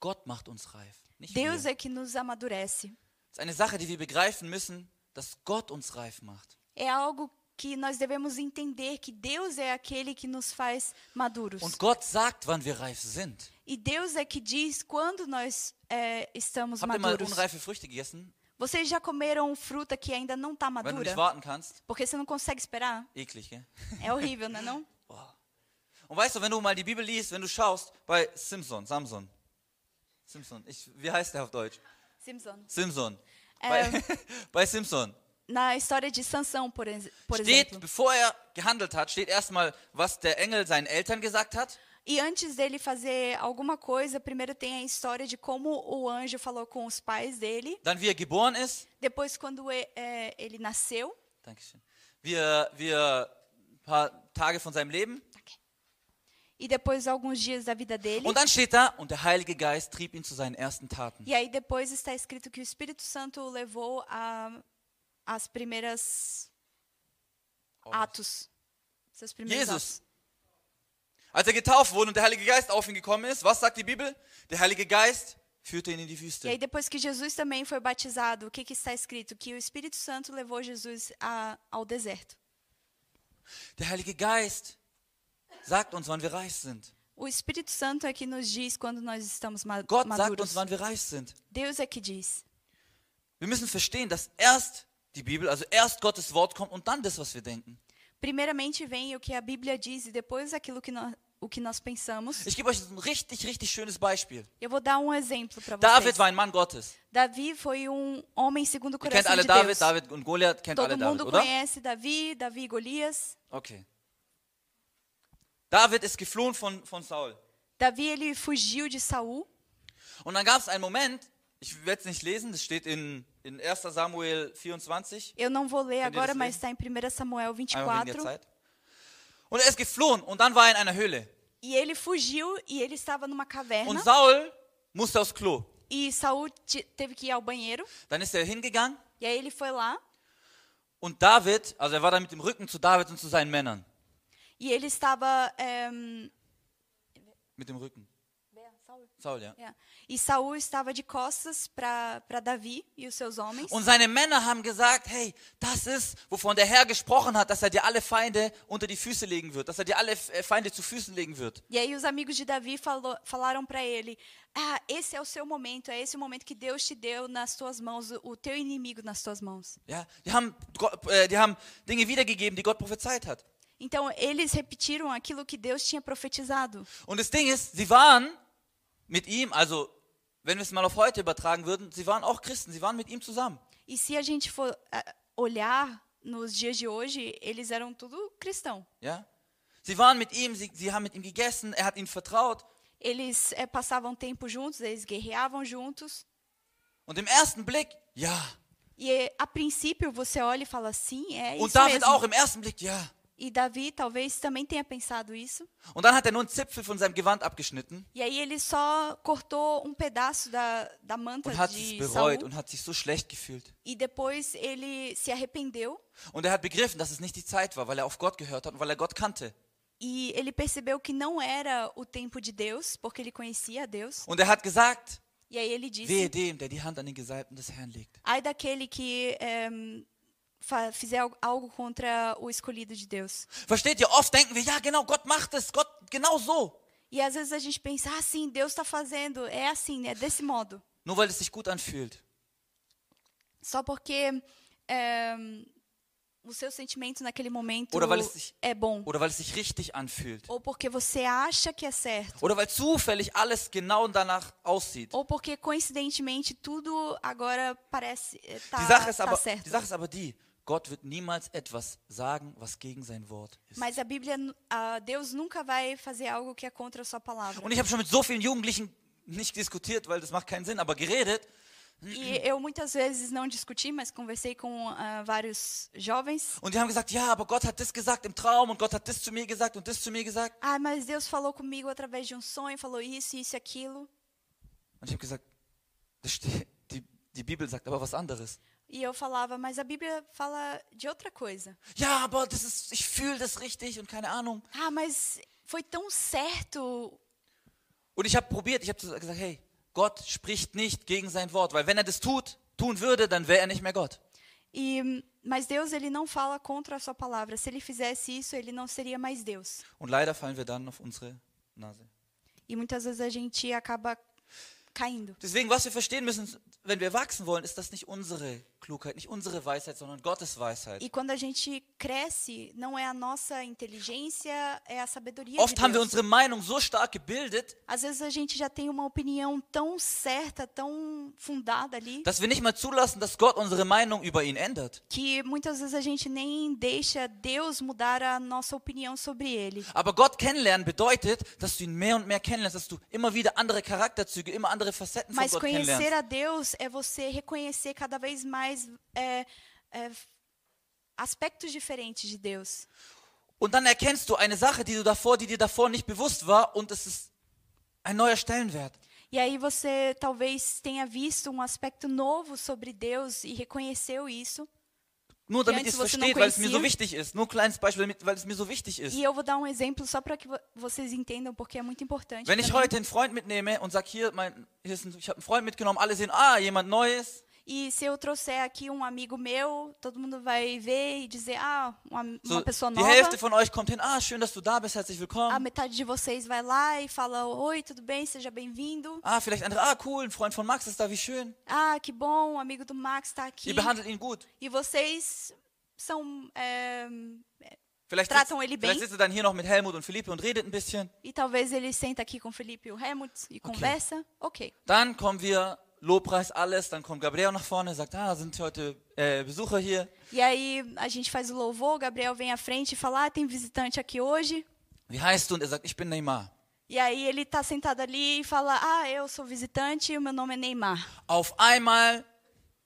Gott macht uns reif, nicht wir. Deus Es é que nos amadurece. ist eine Sache, die wir begreifen müssen, dass Gott uns reif macht. É algo que nós devemos entender que Deus é aquele que nos faz maduros. Und Gott sagt, wann wir reif sind. E Deus é que diz quando nós eh, estamos Habt ihr mal maduros. unreife Früchte gegessen? Vocês já comeram fruta que ainda não está Wenn du madura? nicht warten kannst. Porque você não consegue esperar? Eklig, gell? É horrível, não é não? Boah. Und weißt du, wenn du mal die Bibel liest, wenn du schaust, bei Simpson, Samson. Simpson, ich, wie heißt der auf Deutsch? Simpson. É, Simpson. Bei, *laughs* bei Simpson Na história de Sansão, por, ex por steht, exemplo. bevor er gehandelt hat, steht erstmal, was der Engel seinen Eltern gesagt hat. E antes dele fazer alguma coisa, primeiro tem a história de como o anjo falou com os pais dele. Dann, wie er geboren ist. Depois, quando e- eh, ele nasceu, Dankeschön. Wir, wir ein paar Tage von seinem Leben. e depois alguns dias da vida dele. Und dann steht da, und der Heilige Geist trieb ihn zu seinen ersten Taten. E aí depois está escrito que o Espírito Santo o levou a as primeiras atos, seus primeiros Jesus. atos. Als er getauft wurde und der Heilige Geist auf ihn gekommen ist, was sagt die Bibel? Der Heilige Geist führte ihn in die E aí Wüste. depois que Jesus também foi batizado, o que, que está escrito? Que o Espírito Santo levou Jesus a, ao deserto. Der Heilige Geist sagt uns, wann wir reif sind. O Espírito Santo é que nos diz quando nós estamos ma Gott sagt maduros. uns, wann wir reif sind. Deus é que diz. Wir müssen verstehen, dass erst die Bibel, also erst Gottes Wort kommt und dann das, was wir denken. Primeiramente vem o que a Bíblia diz e depois aquilo que nós o que nós pensamos. Ich gebe euch ein richtig, richtig schönes Beispiel. Eu vou dar um exemplo para vocês. David war ein Mann Gottes. Davi foi um homem segundo o Ihr kennt coração alle de David, Deus. David und Goliath kennt Todo alle David, mundo oder? conhece Davi, Davi e Golias. Okay. David ist geflohen von, von Saul. Davi ele fugiu de Saul Und dann gab es einen Moment, Ich werde es nicht lesen, das steht in, in 1 Samuel 24, Eu não vou ler Könnt ihr agora, das mas lesen? está em 1 Samuel einmal wegen der 24. Zeit. Und er ist geflohen und dann war er in einer Höhle. E ele fugiu e ele estava numa Und caverna. Saul musste aufs Klo. E Saul te- teve que ir ao banheiro. Dann ist er hingegangen E aí ele foi lá und David, also er war da mit dem Rücken zu David und zu seinen Männern. e ele estava. ehm, Mit dem Rücken. Saul, ja. é. E Saul estava de costas para Davi e os seus homens. Und seine Männer haben gesagt, hey, das ist, wovon der Herr gesprochen hat, dass er dir alle Feinde unter die Füße legen wird, dass er dir alle äh, Feinde zu Füßen legen wird. E aí os amigos de Davi falou- falaram para ele: Ah, esse é o seu momento, é esse o momento que Deus te deu nas tuas mãos, o- o teu inimigo nas tuas mãos. Ja, die haben, Gott- äh, die haben Dinge wiedergegeben, die Gott prophezeit hat. Então eles repetiram aquilo que Deus tinha profetizado. Und das Ding ist, sie waren mit ihm, also wenn wir es mal auf heute übertragen würden, sie waren auch Christen, sie waren mit ihm zusammen. E se a gente for ah, olhar nos dias de hoje, eles eram tudo cristão. Ja? Sie waren mit ihm, sie, sie haben mit ihm gegessen, er hat ihnen vertraut. Eles eh, passavam tempo juntos, eles guerreavam juntos. Und im ersten Blick, ja. E eh, a princípio você olha e fala: Sim, é isso Und David mesmo. auch im ersten Blick, ja. E Davi talvez também tenha pensado isso. Und dann hat er nur einen Zipfel von seinem Gewand abgeschnitten E aí ele só cortou um pedaço da, da manta und hat es de bereut Saul und hat sich so schlecht gefühlt. e depois ele se arrependeu Und er hat begriffen, dass es nicht die Zeit war, weil er auf Gott gehört hat und weil er Gott kannte. e ele percebeu que não era o tempo de Deus, porque ele conhecia a Deus. Und er hat gesagt, E aí ele disse: wehe dem, der die Hand an den Gesalbten des Herrn legt. Ai daquele que em, fa- fizer al- algo contra o escolhido de Deus. Versteht ihr? Oft denken wir, ja genau, Gott macht es, Gott genau so. E às vezes a gente pensa: Ah, sim, Deus está fazendo, é assim, é desse modo. Nur weil es sich gut anfühlt. Só porque em, o seu sentimento naquele momento Oder weil es sich- é bom. Oder weil es sich richtig anfühlt. Ou porque você acha que é certo. Oder weil zufällig alles genau danach aussieht. Ou porque coincidentemente tudo agora parece eh, Die tá, Sache, ist tá aber, die certo. Sache ist aber die, Gott wird niemals etwas sagen, was gegen sein Wort ist. Mas a Bíblia, nu- ah, Deus nunca vai fazer algo que é contra a sua palavra. Und ich habe schon mit so vielen Jugendlichen nicht diskutiert, weil das macht keinen Sinn, aber geredet. E eu muitas vezes não discuti, mas conversei com ah, vários jovens. Und die haben gesagt, ja, aber Gott hat das gesagt im Traum und Gott hat das zu mir gesagt und das zu mir gesagt. Ah, mas Deus falou comigo através de um sonho, falou isso, isso, e aquilo. Und ich habe gesagt, das steht, die, die Bibel sagt aber was anderes. E eu falava, mas a Bíblia fala de outra coisa. Ja, aber das ist, ich fühle das richtig und keine Ahnung. Ah, mas foi tão certo. Und ich habe probiert, ich habe gesagt, hey, Gott spricht nicht gegen sein Wort, weil wenn er das tut, tun würde, dann wäre er nicht mehr Gott. E, mas Deus ele não fala contra a sua palavra. Se ele fizesse isso, ele não seria mais Deus. Und leider fallen wir dann auf unsere Nase. E muitas vezes a gente acaba caindo. Deswegen, was wir verstehen müssen, wenn wir wachsen wollen, ist das nicht unsere Klugheit, nicht unsere Weisheit, sondern Gottes Weisheit. E quando a gente cresce, não é a nossa inteligência, é a sabedoria de Oft haben wir Deus. unsere Meinung so stark gebildet, Às vezes a gente já tem uma opinião tão certa, tão fundada ali, dass wir nicht mal zulassen, dass Gott unsere Meinung über ihn ändert. que muitas vezes a gente nem deixa Deus mudar a nossa opinião sobre ele. Aber Gott kennenlernen bedeutet, dass du ihn mehr und mehr kennenlernst, dass du immer wieder andere Charakterzüge, immer andere Facetten von Mas Gott conhecer kennenlernst. a Deus é você reconhecer cada vez mais é, é, aspectos diferentes de Deus. Und dann erkennst du eine Sache, die du davor, die dir davor nicht bewusst war, und es ist ein neuer Stellenwert. E aí você talvez tenha visto um aspecto novo sobre Deus e reconheceu isso. Nur Die damit ihr es eins, was du noch versteht, weil es mir so conhecias. wichtig ist. Nur ein kleines Beispiel, damit, weil es mir so wichtig ist. E eu vou dar um exemplo só para que vo- vocês entendam, porque é muito importante. Wenn ich pra mim. heute einen Freund mitnehme und sag hier, mein, hier ist ein, ich habe einen Freund mitgenommen, alle sehen, ah, jemand Neues. E se eu trouxer aqui um amigo meu, todo mundo vai ver e dizer, ah, uma, uma So, pessoa die Hälfte nova. von euch kommt hin, ah, schön, dass du da bist, herzlich A willkommen. metade de vocês vai lá e fala, oi, tudo bem, seja bem-vindo. Ah, vielleicht andere, ah, cool, ein Freund von Max ist da, wie schön. Ah, que bom, um amigo do Max está aqui. Ihr behandelt ihn gut. E vocês são... é, Vielleicht sitzt, Tratam ele bem. vielleicht sitzt ihr dann hier noch mit Helmut und Philippe und redet ein bisschen. E talvez ele senta aqui com o Felipe e o Helmut e conversa. Ok. Dann kommen wir, Lobpreis, alles. Dann kommt Gabriel nach vorne, sagt, ah, sind heute äh, Besucher hier. E aí a gente faz o louvor, o Gabriel vem à frente e fala: ah, tem visitante aqui hoje. Wie heißt du? Und er sagt, ich bin Neymar. E E aí ele tá sentado ali e fala: Ah, eu sou visitante e o meu nome é Neymar. Auf einmal.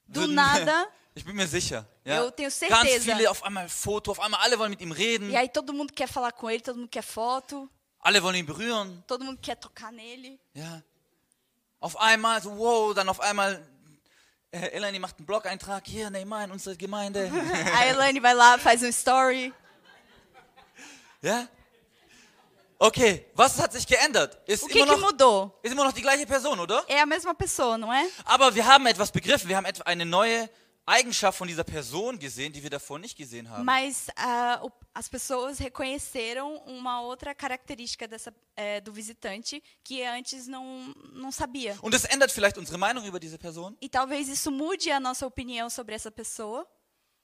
Do würden- nada. *laughs* Ich bin mir sicher. Ja. Eu tenho Ganz certeza. viele, auf einmal Foto, auf einmal alle wollen mit ihm reden, E aí todo mundo quer falar com ele, todo mundo quer foto, alle wollen ihn berühren. todo mundo quer tocar nele. *laughs* Ja. Auf einmal, so wow, dann auf einmal, äh, Eleni macht einen Blog-Eintrag, hier, Neymar in unserer Gemeinde. *laughs* A Elaine vai lá, faz um story. ja? Okay, was hat sich geändert? Ist O que, immer, que noch, mudou? ist immer noch die gleiche Person, oder? É a mesma pessoa, não é? Aber wir haben etwas begriffen, wir haben etwa eine neue Eigenschaft von dieser Person gesehen, die wir davor nicht gesehen haben. Mas ah, o- as pessoas reconheceram uma outra característica dessa, eh, do visitante que antes não, não sabia. Und das ändert vielleicht unsere Meinung über diese Person, E talvez isso mude a nossa opinião sobre essa pessoa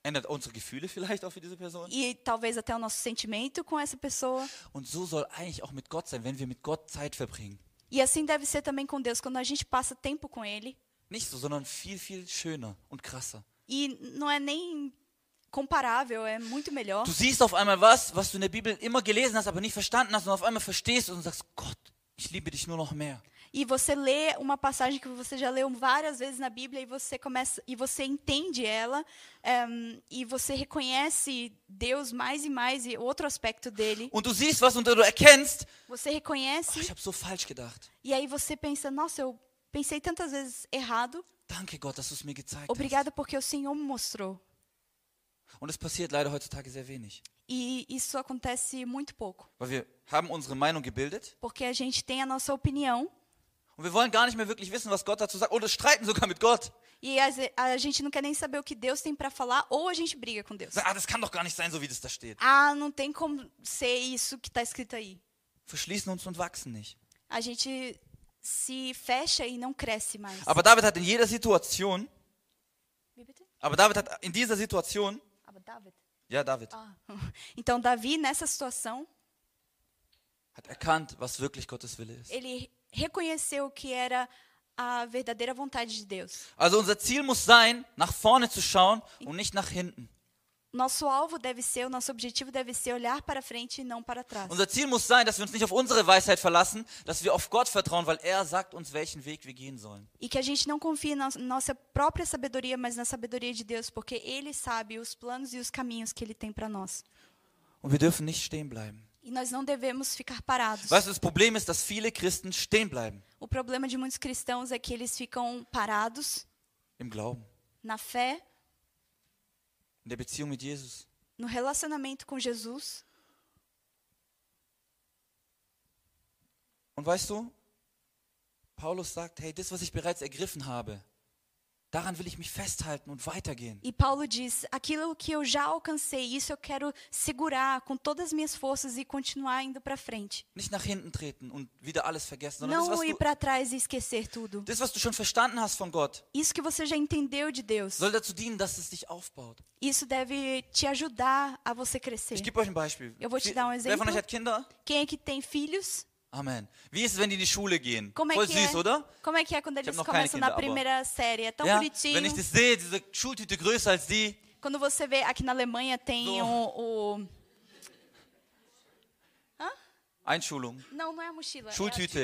ändert unsere Gefühle vielleicht auch für diese Person. e talvez até o nosso sentimento com essa pessoa. Und so soll eigentlich auch mit Gott sein, wenn wir mit Gott Zeit verbringen. E assim deve ser também com Deus, quando a gente passa tempo com Ele. Nicht so, sondern viel, viel schöner und krasser. E não é nem comparável, é muito melhor. Du siehst auf einmal was, was du in der Bibel immer gelesen hast, aber nicht verstanden hast und auf einmal verstehst und sagst, Gott, ich liebe dich nur noch mehr. E você lê uma passagem que você já leu várias vezes na Bíblia e você começa e você entende ela ehm, e você reconhece Deus mais e mais e outro aspecto dele. Und du siehst was und du erkennst, Você oh, ich reconhece habe so falsch gedacht. e aí você pensa: Nossa, eu pensei tantas vezes errado. Danke Gott, dass du es mir gezeigt Obrigada porque o Senhor me mostrou. hast. Und es passiert leider heutzutage sehr wenig. E isso acontece muito pouco, Weil wir haben unsere Meinung gebildet porque a gente tem a nossa opinião und wir wollen gar nicht mehr wirklich wissen, was Gott dazu sagt. Oder streiten sogar mit Gott. e às ve- a gente não quer nem saber o que Deus tem para falar ou a gente briga com Deus. Sag, ah, das kann doch gar nicht sein, so wie das da steht. Ah, não tem como ser isso que está escrito aí. Verschließen uns und wachsen nicht. a gente se fecha e não cresce mais. Aber David hat in jeder Situation, aber David hat in dieser Situation, ja, David, Ah. *laughs* Então Davi nessa situação, hat erkannt, was wirklich Gottes Wille ist. ele reconheceu que era a verdadeira vontade de Deus. Also unser Ziel muss sein, nach vorne zu schauen und nicht nach hinten. Nosso alvo deve ser, o nosso objetivo deve ser olhar para frente e não para trás. Unser Ziel muss sein, dass wir uns nicht auf unsere Weisheit verlassen, dass wir auf Gott vertrauen, weil er sagt uns, welchen Weg wir gehen sollen. E que a gente não confie na nossa própria sabedoria, mas na sabedoria de Deus, porque ele sabe os planos e os caminhos que ele tem para nós. Und wir dürfen nicht stehen bleiben. E nós não devemos ficar parados. Weißt du, das Problem ist, dass viele Christen stehen bleiben O problema de muitos cristãos é que eles ficam parados im Glauben, na fé, in der Beziehung mit Jesus. no relacionamento com Jesus. Und weißt du, Paulus sagt, hey, das, was ich bereits ergriffen habe, daran will ich mich festhalten und weitergehen. E Paulo diz: aquilo que eu já alcancei, isso eu quero segurar com todas as minhas forças e continuar indo para frente. Nicht nach hinten treten und wieder alles vergessen, sondern das Não was, ir du, para trás e esquecer tudo. das, was du schon verstanden hast von Gott, Isso que você já entendeu de Deus, soll dazu dienen, dass es dich aufbaut. isso deve te ajudar a você crescer. Ich gebe euch ein Beispiel. Eu vou te Wie- dar um Wer von exemplo. euch hat Kinder? Quem é que tem filhos? Amen. Wie ist es, wenn die in die Schule gehen? Como é Voll que süß, é? oder? Como é que é quando hab eles noch keine começam na Kinder, aber- primeira série? É tão Ja? bonitinho. Wenn ich das sehe, diese Schultüte größer als die, Quando você vê aqui na Alemanha tem So. o, o- Einschulung. não, não é a mochila. é a Schultüte.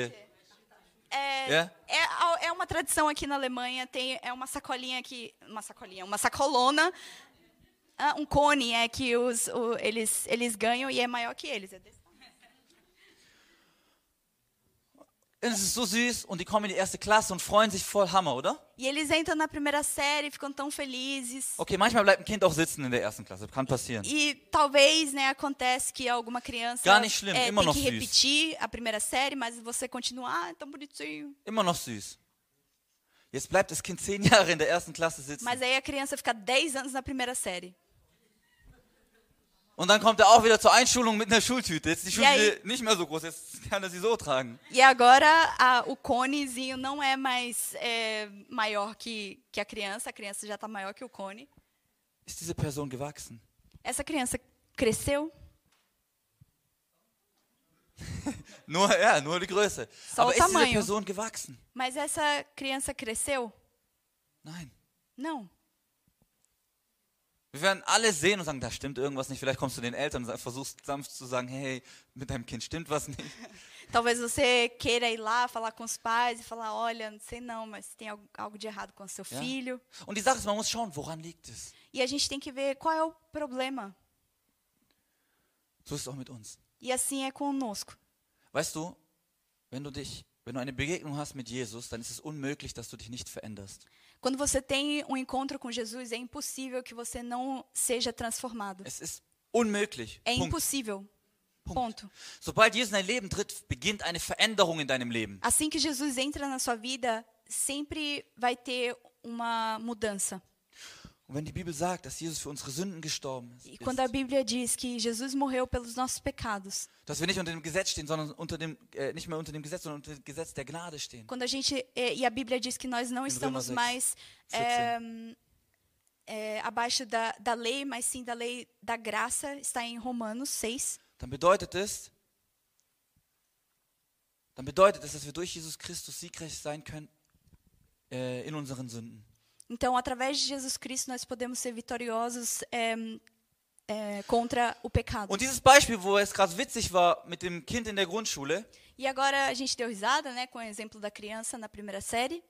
É, É? é? a- é uma tradição aqui na Alemanha, tem é uma sacolinha que uma sacolinha, uma sacolona, ah, um cone é que os o- eles eles ganham e é maior que eles. é desse tamanho. Und es ist so süß und die kommen in die erste Klasse und freuen sich voll Hammer, oder? E eles entram na primeira série, ficam tão felizes. Okay, manchmal bleibt ein Kind auch sitzen in der ersten Klasse. Kann passieren. E talvez, né, acontece que alguma criança Gar nicht schlimm, é, immer noch tem que süß. repetir a primeira série, mas você continua, ah, é tão bonitinho. Immer noch süß. Jetzt bleibt das Kind zehn Jahre in der ersten Klasse sitzen. Mas aí a criança fica 10 anos na primeira série. Und dann kommt er auch wieder zur Einschulung mit einer Schultüte. Jetzt ist die Ja, Schultüte nicht mehr so groß, jetzt kann er sie so tragen. E agora a- o conezinho não é mais é, maior que, que a criança, a criança já está maior que o cone. Ist diese Person gewachsen? Essa criança cresceu, Nur, ja, nur die Größe. Sau Aber ist diese Tamayo. Person gewachsen? mas essa criança cresceu? Nein. Não. Wir werden alle sehen und sagen, da stimmt irgendwas nicht. Vielleicht kommst du den Eltern und sa- versuchst sanft zu sagen, hey, mit deinem Kind stimmt was nicht. Talvez você queira ir lá falar com os pais e falar, olha, não sei não, mas tem algo- algo de errado com o seu Ja. filho. Und die Sache ist, man muss schauen, woran liegt es. E a gente tem que ver qual é o problema. So ist es auch mit uns. E assim é conosco. Weißt du, wenn du dich, wenn du eine Begegnung hast mit Jesus, dann ist es unmöglich, dass du dich nicht veränderst. Quando você tem um encontro com Jesus, é impossível que você não seja transformado. Es ist unmöglich. É Punkt. impossível. Ponto. Sobald Jesus in dein Leben tritt, beginnt eine Veränderung in deinem Leben. Assim que Jesus entra na sua vida, sempre vai ter uma mudança. Und wenn die Bibel sagt, dass Jesus für unsere Sünden gestorben ist, E quando a Bíblia diz que Jesus morreu pelos nossos pecados, dass wir nicht unter dem Gesetz stehen, sondern unter dem, äh, nicht mehr unter dem Gesetz, sondern unter dem Gesetz der Gnade stehen. quando a gente eh, e a Bíblia diz que nós não Em Romanos estamos mais 6, eh, eh, abaixo da, da lei, mas sim da lei da graça, está em Romanos 6. Dann bedeutet es, dann bedeutet es, dass wir durch Jesus Christus siegreich sein können äh, in unseren Sünden. Então, através de Jesus Cristo, nós podemos ser vitoriosos em, eh, contra o pecado. Und dieses Beispiel, wo es gerade witzig war mit dem Kind in der Grundschule, E agora a gente deu risada, né, com o exemplo da criança na primeira série,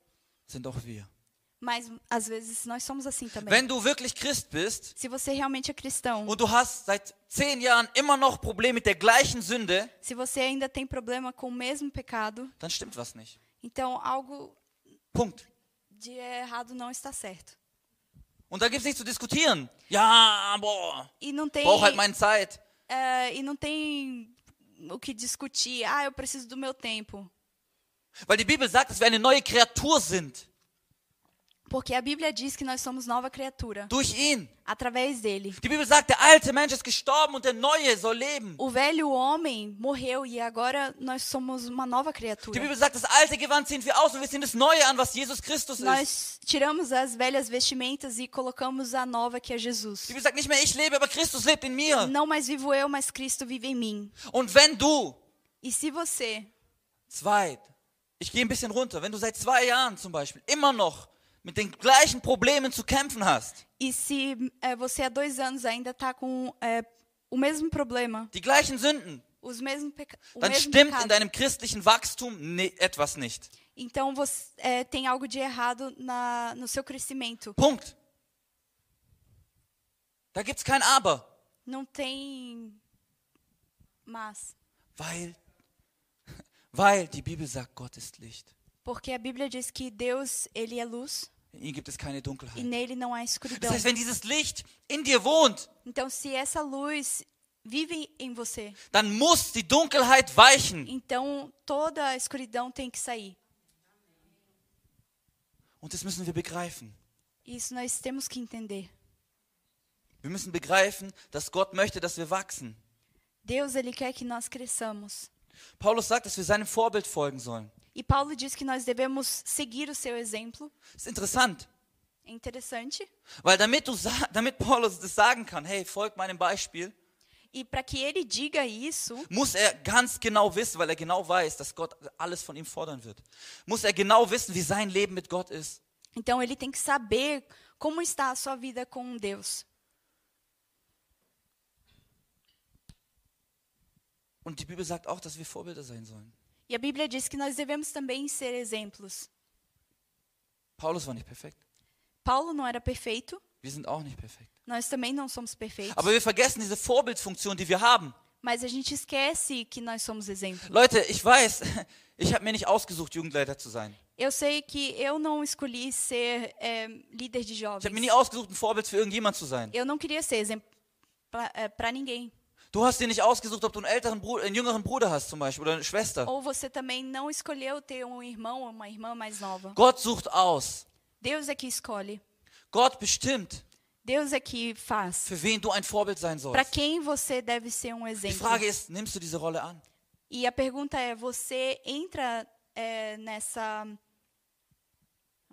sind auch wir. mas às vezes nós somos assim também. Wenn du wirklich Christ bist Se você realmente é cristão, und du hast seit zehn Jahren immer noch Probleme mit der gleichen Sünde, se você ainda tem problema com o mesmo pecado, dann stimmt was nicht. então algo Punkt. de errado não está certo. Und da gibt es nichts zu diskutieren. Ja, boah, E não tem brauch halt meine Zeit. eh, e não tem o que discutir. Ah, eu preciso do meu tempo. Weil die Bibel sagt, dass wir eine neue Kreatur sind. Porque a Bíblia diz que nós somos nova criatura Durch ihn. através dele. Die Bibel sagt, der alte Mensch ist gestorben und der neue soll leben. O velho homem morreu e agora nós somos uma nova Die criatura. Bibel sagt, das alte Gewand ziehen wir aus und wir ziehen das neue an, was Jesus Christus ist. Nós tiramos as velhas vestimentas e colocamos a nova que é Jesus. Die Bibel sagt nicht mehr, ich lebe, aber Christus lebt in mir. Não mais vivo eu, mas Cristo vive em mim. Und wenn du E se você, Zwei. Ich gehe ein bisschen runter. Wenn du seit zwei Jahren zum Beispiel immer noch mit den gleichen Problemen zu kämpfen hast, e se eh, você há dois anos ainda está com eh, o mesmo problema, die gleichen Sünden, os mesmos peca o dann mesmo stimmt in pecado, deinem christlichen Wachstum ne etwas nicht. então você eh, tem algo de errado na, no seu crescimento. Punkt. Da gibt's kein Aber, Não tem mas, weil, *laughs* weil die Bibel sagt, Gott ist Licht. porque a Bíblia diz que Deus ele é luz In ihm gibt es keine e Dunkelheit. nele não há Das escuridão. heißt, wenn dieses Licht in dir wohnt, Então se essa luz vive em você, dann muss die Dunkelheit weichen. então toda a escuridão tem que sair. Und das müssen wir begreifen. Isso nós temos que entender. Wir müssen begreifen, dass Gott möchte, dass wir wachsen. Deus ele quer que nós cresçamos. Paulus sagt, dass wir seinem Vorbild folgen sollen. E Paulo diz que nós devemos seguir o seu exemplo. Das ist interessant, É interessante. weil damit, du sa- damit Paulus das sagen kann, hey, folgt meinem Beispiel, E para que ele diga isso, muss er ganz genau wissen, weil er genau weiß, dass Gott alles von ihm fordern wird, muss er genau wissen, wie sein Leben mit Gott ist. então ele tem que saber como está a sua vida com Deus. Und die Bibel sagt auch, dass wir Vorbilder sein sollen. E a Bíblia diz que nós devemos também ser exemplos. Paulus war nicht perfekt. Paulo não era perfeito, Wir sind auch nicht perfekt. nós também não somos perfeitos, Aber wir vergessen diese Vorbildfunktion, die wir haben. mas a gente esquece que nós somos exemplo. Leute, ich weiß, *laughs* ich habe mir nicht ausgesucht, Jugendleiter zu sein. Eu sei que eu não escolhi ser eh, líder de Ich habe mir jovens. nie ausgesucht, ein Vorbild für irgendjemand zu sein. Eu não queria ser exemplo para ninguém. Du hast dir nicht ausgesucht, ob du einen älteren Bruder, einen jüngeren Bruder hast zum Beispiel oder eine Schwester. Ou você também não escolheu ter um irmão ou uma irmã mais nova. Gott sucht aus. Deus é que escolhe. Gott bestimmt, Deus é que faz. für wen du ein Vorbild sein Para sollst. quem você deve ser um Die exemplo? Frage ist, nimmst du diese Rolle an? E a pergunta é: você entra eh, nessa.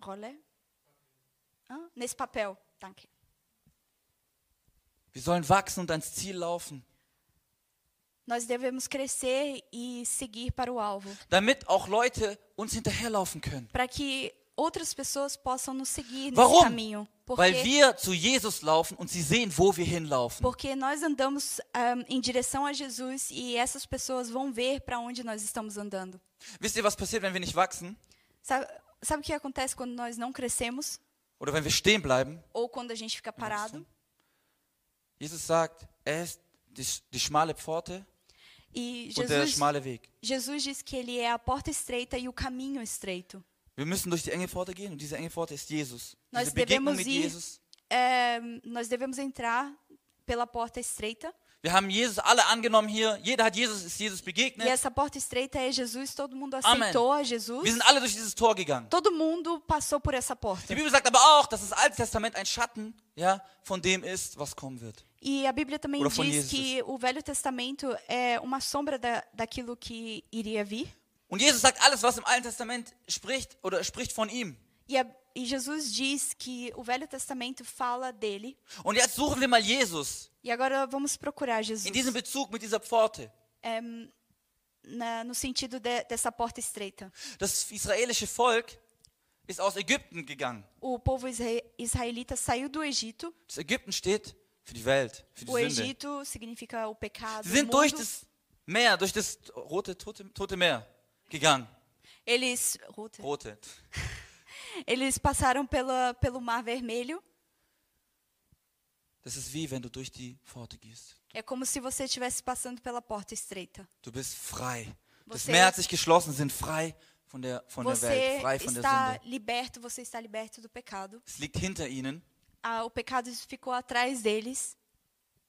Rolé? Hã? Nesse papel. Tá, Danke. Wir sollen wachsen und ans Ziel laufen, Nós devemos crescer e seguir para o alvo. damit auch Leute uns hinterherlaufen können. Para que outras pessoas possam nos seguir nesse Warum? caminho. Weil Porque, wir zu Jesus laufen und sie sehen, wo wir hinlaufen. porque nós andamos ahm, em direção a Jesus e essas pessoas vão ver para onde nós estamos andando. Wisst ihr, was passiert, wenn wir nicht wachsen? Sabe, sabe o que acontece quando nós não crescemos Oder wenn wir stehen bleiben? ou quando a gente fica parado? Jesus sagt, er ist die, die schmale Pforte E und der Jesus, schmale Weg. Jesus diz que ele é a porta estreita e o caminho estreito. Wir müssen durch die enge Pforte gehen und diese enge Pforte ist Jesus. Nós Diese Begegnung devemos mit ir- Jesus. É, nós devemos entrar pela porta estreita. Wir haben Jesus alle angenommen hier. Jeder hat Jesus, ist Jesus begegnet. E essa porta estreita é Jesus, todo mundo Amen. aceitou a Wir Jesus. sind alle durch dieses Tor gegangen. Todo mundo passou por essa porta. Die Bibel sagt aber auch, dass das Alte Testament ein Schatten ja, von dem ist, was kommen wird. E a Bíblia também Oder von diz Jesus. que o Velho Testamento é uma sombra da, daquilo que iria vir. Und Jesus sagt, alles, was im Alten Testament spricht oder spricht von ihm. E, a, e Jesus diz que o Velho Testamento fala dele. Und jetzt suchen wir mal Jesus E agora vamos procurar in Jesus diesem Bezug mit dieser Pforte. na, no sentido de, dessa porta estreita. Das israelische Volk ist aus Ägypten gegangen. O povo isra- israelita saiu do Egito. Das Ägypten steht für die Welt, für die O Sünde. Egito significa o pecado. Sie o sind durch mundo. das Meer, durch das rote, tote, tote Meer gegangen. Eles, Ruth, Rote. eles passaram pela, pelo Mar Vermelho. Das ist wie wenn du durch die Pforte gehst. É como se você estivesse passando pela porta estreita. Du bist frei. Das Você- Meer hat sich geschlossen, sind frei von der, von der Você Welt, frei von der está Sünde. liberto, você está liberto do pecado. Es liegt hinter ihnen. Ah, o pecado ficou atrás deles.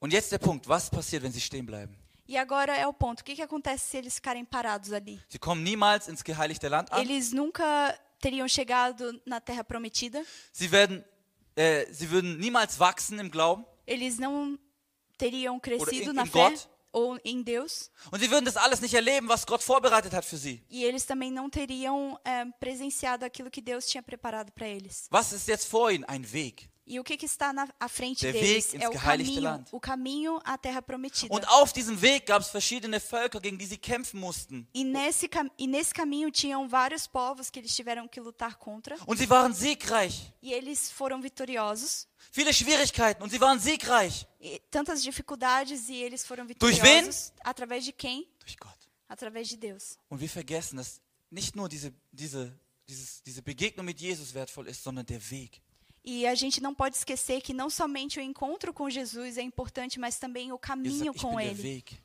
Und jetzt der Punkt, was passiert, wenn sie stehen bleiben? E agora é o ponto. O que, que acontece se eles ficarem parados ali? Sie kommen niemals ins geheiligte Land an. Eles nunca teriam chegado na Terra Prometida. Sie, werden, äh, sie würden niemals wachsen im Glauben. Eles não teriam crescido em- na em fé God. ou em Deus. Und sie würden das alles nicht erleben, was Gott vorbereitet hat für sie. E eles também não teriam eh, presenciado aquilo que Deus tinha preparado para eles. Was ist jetzt vor ihnen? Ein Weg. E o que, que está na à frente Der deles Weg ins é o geheiligte caminho, Land. o caminho à Terra Prometida. Und auf diesem Weg gab es verschiedene Völker, gegen die sie kämpfen mussten. E nesse, cam- e nesse caminho tinham vários povos que eles tiveram que lutar contra. Und sie waren siegreich. E eles foram vitoriosos. Viele Schwierigkeiten und sie waren siegreich. E tantas dificuldades e eles foram wen? vitoriosos. Através de quem? Durch Gott. Através de Deus. Und wir vergessen, dass nicht nur diese, diese, dieses, diese Begegnung mit Jesus wertvoll ist, sondern der Weg. E a gente não pode esquecer que não somente o encontro com Jesus é importante, mas também o Jesus caminho sagt, ich bin com der ele. Weg.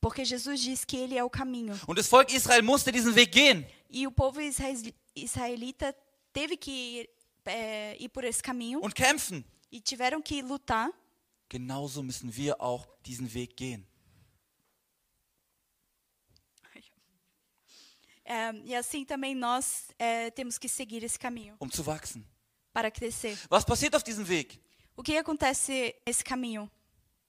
Porque Jesus diz que ele é o caminho. Und das Volk Israel musste diesen Weg gehen. E o povo israeli- israelita teve que ir, eh, ir por esse caminho und kämpfen. e tiveram que lutar. Genauso müssen wir auch diesen Weg gehen. Eh, e assim também nós eh, temos que seguir esse caminho um zu wachsen. para crescer. Was passiert auf diesem Weg? O que acontece nesse caminho?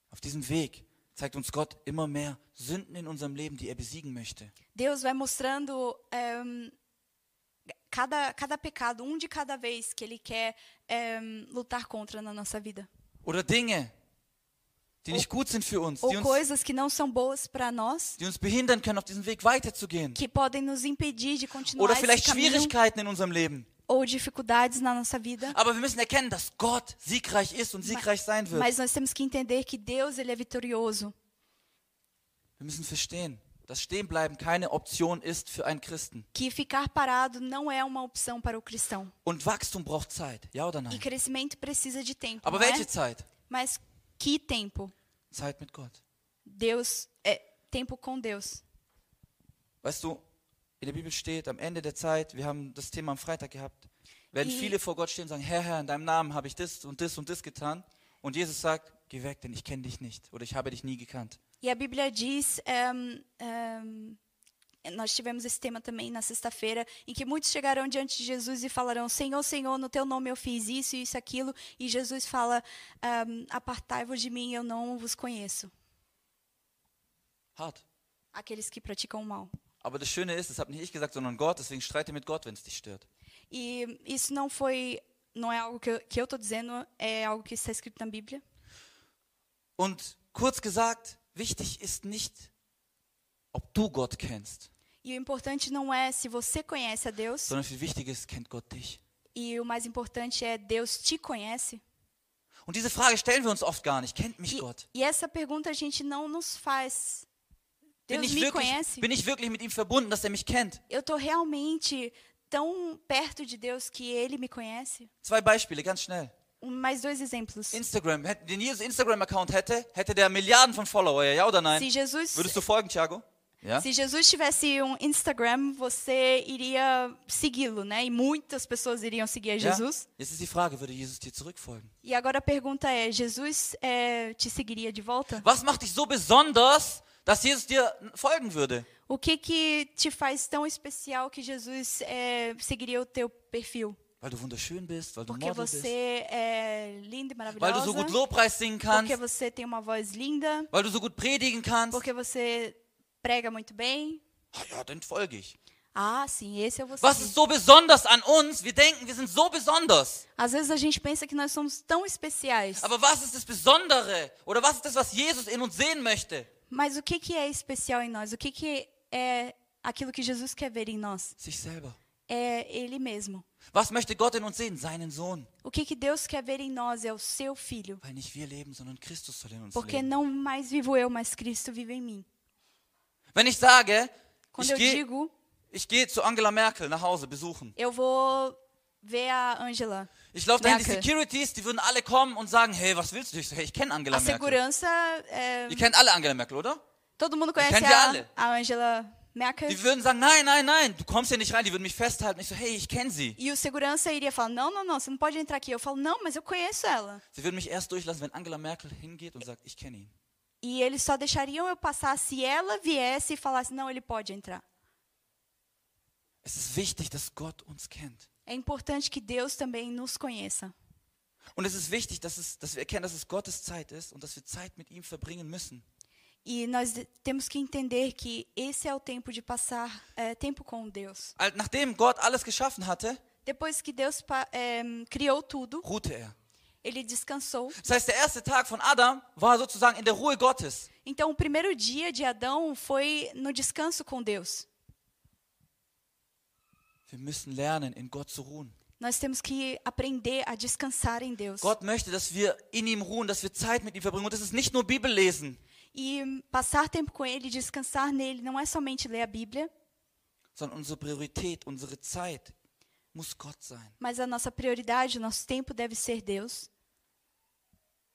Auf diesem Weg zeigt uns Gott immer mehr Sünden in unserem Leben, die er besiegen möchte. Deus vai mostrando ehm, cada, cada pecado, um de cada vez que Ele quer ehm, lutar contra na nossa vida. Oder Dinge, die nicht gut sind für uns, die Ou uns, coisas que não são boas para nós, die uns behindern können, auf diesem Weg weiterzugehen. que podem nos impedir de continuar Oder esse vielleicht caminho, Schwierigkeiten in unserem Leben. ou dificuldades na nossa vida. Aber wir müssen erkennen, dass Gott siegreich ist und siegreich sein wird. Mas nós temos que entender que Deus ele é vitorioso. Wir müssen verstehen, dass Stehenbleiben keine Option ist für einen Christen. Que ficar parado não é uma opção para o cristão. Und Wachstum braucht Zeit, ja oder E nein? crescimento precisa de tempo. Aber não é? welche Zeit? Mas que tempo? Zeit mit Gott. Deus é tempo com Deus. Weißt du, in der Bibel steht, am Ende der Zeit, wir haben das Thema am Freitag gehabt, werden I- viele vor Gott stehen und sagen, Herr, Herr, in deinem Namen habe ich das und das und das getan. Und Jesus sagt, geh weg, denn ich kenne dich nicht oder ich habe dich nie gekannt. E a Bíblia diz, ehm, ehm, nós tivemos esse tema também na sexta-feira, em que muitos chegarão diante de Jesus e falarão: Senhor, Senhor, no teu nome eu fiz isso, isso, aquilo. E Jesus fala: ehm, Apartai-vos de mim, eu não vos conheço. Hart. Aqueles que praticam o mal. Aber das Schöne ist, das habe nicht ich gesagt, sondern Gott, deswegen streite mit Gott, wenn es dich stört. E isso não foi, não é algo que eu, que eu tô dizendo, é algo que está escrito na Bíblia. Und kurz gesagt, wichtig ist nicht, ob du Gott kennst, E o importante não é se você conhece a Deus, sondern viel wichtiger ist, kennt Gott dich? e o mais importante é Deus te conhece. Und diese Frage stellen wir uns oft gar nicht. Kennt mich E, Gott? e essa pergunta a gente não nos faz. Bin Deus ich, me wirklich, conhece? bin ich wirklich mit ihm verbunden, dass er mich kennt? Eu estou realmente tão perto de Deus que Ele me conhece? Zwei Beispiele, ganz schnell. Um, Mais dois exemplos. Instagram. Hätte- Wenn Jesus Instagram-Account hätte, hätte der Milliarden von Follower, ja oder nein? Se Jesus, Würdest du folgen, Thiago? Ja? se Jesus tivesse um Instagram, você iria segui-lo, né? E muitas pessoas iriam seguir a ja? Jesus. Jetzt ist die Frage, würde Jesus dir zurückfolgen? E agora a pergunta é: Jesus é, te seguiria de volta? Was macht dich so besonders, dass Jesus dir folgen würde? O que que te faz tão especial que Jesus é, seguiria o teu perfil? Weil du wunderschön bist, weil du Porque Model bist, você é linda e weil du so gut maravilhosa. Lobpreis singen Porque kannst, você tem uma voz linda. weil du so gut predigen kannst. Porque você prega muito bem. Ah ja, dann folge ich. Ah, sim, esse é você. Was ist so besonders an uns? Wir denken, wir sind so besonders. Às vezes a gente pensa que nós somos tão especiais. Aber was ist das Besondere? Oder was ist das, was Jesus in uns sehen möchte? Mas o que que é especial em nós? O que que é aquilo que Jesus quer ver em nós? Sich selber. É Ele mesmo. Was möchte Gott in uns sehen? Seinen Sohn. O que que Deus quer ver em nós é o seu filho. Weil nicht wir leben, sondern Christus soll in uns Porque leben. não mais vivo eu, mas Cristo vive em mim. Wenn ich sage, Quando ich eu gehe digo, ich geh zu Angela Merkel nach Hause besuchen. eu vou ver a Angela. Ich laufe dahin, die Merkel. Securities, die würden alle kommen und sagen, hey, was willst du? Ich, so, hey, ich kenne Angela A Merkel. segurança, é, Ihr kennt alle Angela Merkel, oder? todo mundo kennt conhece ihr alle. a, a Angela Merkel. Die würden sagen, nein, nein, nein, du kommst hier nicht rein. Die würden mich festhalten. Ich so, hey, ich kenne sie. E o segurança iria falar, não, não, não, você não pode entrar aqui. Eu falo, não, mas eu conheço ela. Sie würden mich erst durchlassen, wenn Angela Merkel hingeht und sagt, ich kenne ihn. E eles só deixariam eu passar se ela viesse e falasse, não, ele pode entrar. Es ist wichtig, dass Gott uns kennt. É importante que Deus também nos conheça. Und es ist wichtig, dass, es, dass wir erkennen, dass es Gottes Zeit ist und dass wir Zeit mit ihm verbringen müssen. E nós temos que entender que esse é o tempo de passar é, tempo com Deus. Al- Nachdem Gott alles geschaffen hatte, Depois que Deus pa- é, criou tudo, ruhte er. ele descansou. Das heißt, der erste Tag von Adam war sozusagen in der Ruhe Gottes. Então, o primeiro dia de Adão foi no descanso com Deus. Wir müssen lernen, in Gott zu ruhen. Nós temos que aprender a descansar em Deus. Gott möchte, dass wir in ihm ruhen, dass wir Zeit mit ihm verbringen. Und das ist nicht nur Bibellesen, E passar tempo com Ele, descansar nele, não é somente ler a Bíblia, sondern unsere Priorität, unsere Zeit muss Gott sein. mas a nossa prioridade, o nosso tempo deve ser Deus.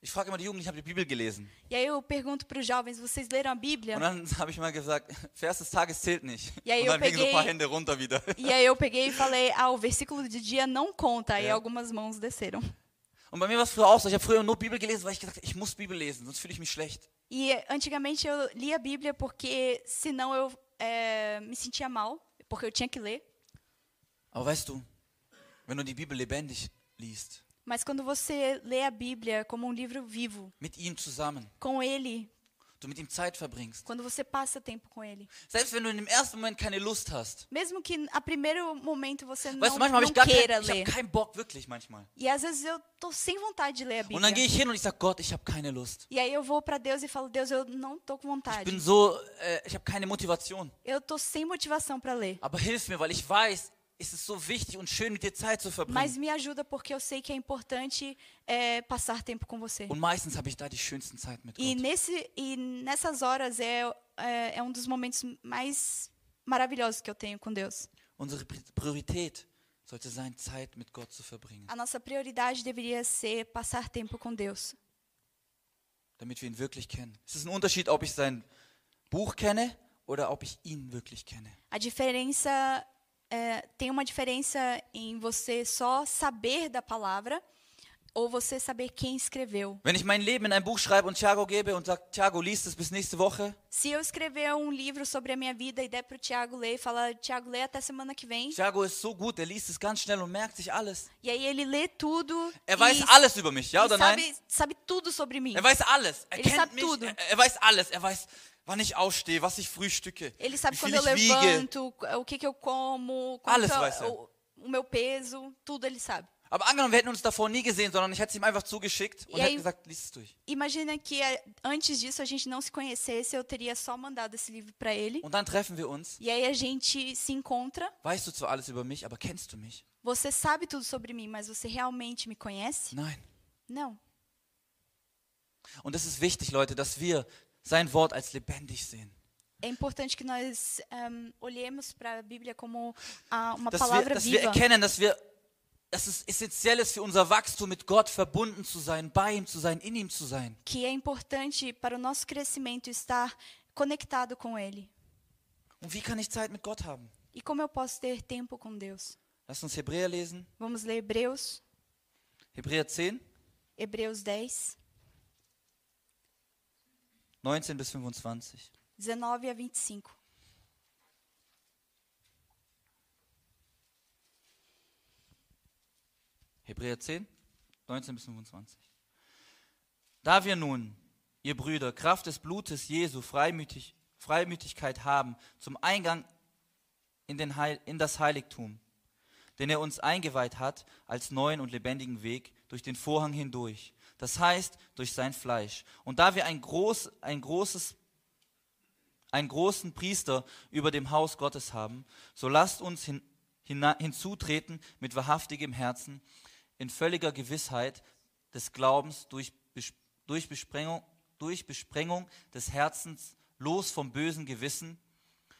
Ich frage immer die Jugendlichen, habt ihr Bibel gelesen? E aí eu pergunto para os jovens: vocês leram a Bíblia? Und dann *laughs* habe ich mal gesagt, Vers des Tages zählt nicht. Ja, Und yo dann gingen so ein paar peguei- Hände runter wieder. *laughs* E aí eu peguei e falei: ah, o versículo de dia não conta. E É. algumas mãos desceram. Und bei mir war es früher auch so. Ich habe früher nur Bibel gelesen, weil ich gesagt habe, ich muss Bibel lesen, sonst fühle ich mich schlecht. E eh, antigamente eu li a Bíblia porque senão eu eh, me sentia mal, porque eu tinha que ler. Aber weißt du, wenn du die Bibel lebendig liest, Mas quando você lê a Bíblia como um livro vivo, mit ihm zusammen, com ele, du mit ihm Zeit verbringst, quando você passa tempo com ele, selbst wenn du in dem ersten Moment keine Lust hast, mesmo que a primeiro momento você weißt du, não, manchmal habe não ich gar kein, queira ich hab ler. keinen Bock, wirklich manchmal. E às vezes eu tô sem vontade de ler a Und dann gehe Bíblia. ich hin und ich sage, Gott, ich habe keine Lust. E aí eu vou para Deus e falo: "Deus, eu não tô com Ich bin vontade. so, äh, ich habe keine Motivation. Eu tô sem motivação para ler." Aber hilf mir, weil ich weiß, es ist so wichtig und schön, mit dir Zeit zu Mas verbringen. me ajuda porque eu sei que é importante eh, passar tempo com você. Und meistens habe ich da die schönsten Zeit mit E, Gott. nesse, e nessas horas é, é, é um dos momentos mais maravilhosos que eu tenho com Deus. Unsere Pri- Priorität sollte sein, Zeit mit Gott zu verbringen, A nossa prioridade deveria ser passar tempo com Deus, damit wir ihn wirklich kennen. Es ist ein Unterschied, ob ich sein Buch kenne oder ob ich ihn wirklich kenne. A diferença é, tem uma diferença em você só saber da palavra ou você saber quem escreveu. Wenn ich mein Leben in ein Buch schreibe und Thiago gebe und sage, Thiago, lies es bis nächste Woche, Se eu escrever um livro sobre a minha vida e der para o Tiago ler e falar, Tiago, lê até semana que vem, Thiago ist so gut, er liest es ganz schnell und merkt sich alles. e aí ele lê tudo Er e, weiß alles über mich, ja e oder nein? sabe, sabe tudo sobre mim. Er weiß alles. Er Ich kennt hab mich. Tudo. Er, er weiß alles. Er weiß, wann ich aufstehe, was ich frühstücke, Ele wie sabe viel quando eu ich wiege. levanto, o que que eu como, quanto Alles eu- vai ser. o, o meu peso, tudo ele sabe. Aber angenommen, wir hätten uns davor nie gesehen, sondern ich hätte es ihm einfach zugeschickt und E aí- hätte gesagt, lies es durch. Imagina que eh, antes disso a gente não se conhecesse, eu teria só mandado esse livro para ele. Und dann treffen wir uns. E aí a gente se encontra. Weißt du zwar alles über mich, aber kennst du mich? Você sabe tudo sobre mim, mas você realmente me conhece? Nein. Não. Und es ist wichtig, Leute, dass wir sein Wort als lebendig sehen. É importante que nós ehm, olhemos para a Bíblia como ah, uma Dass wir, palavra dass wir viva. erkennen, dass wir, dass es essentiell ist für unser Wachstum, mit Gott verbunden zu sein, bei ihm zu sein, in ihm zu sein. Que é importante para o nosso crescimento estar conectado com Ele. Und wie kann ich Zeit mit Gott haben? E como eu posso ter tempo com Deus? Lass uns Hebräer lesen. Vamos ler Hebreus, Hebräer 10, Hebreus 10, 19 bis 25. 19 a 25. Hebräer 10, 19 bis 25. Da wir nun, ihr Brüder, Kraft des Blutes Jesu Freimütig, Freimütigkeit haben zum Eingang in, den Heil, in das Heiligtum, den er uns eingeweiht hat als neuen und lebendigen Weg durch den Vorhang hindurch, das heißt durch sein Fleisch. Und da wir ein, groß, ein großes einen großen Priester über dem Haus Gottes haben, so lasst uns hin, hina- hinzutreten mit wahrhaftigem Herzen, in völliger Gewissheit des Glaubens durch, Bes- durch, Besprengung, durch Besprengung des Herzens, los vom bösen Gewissen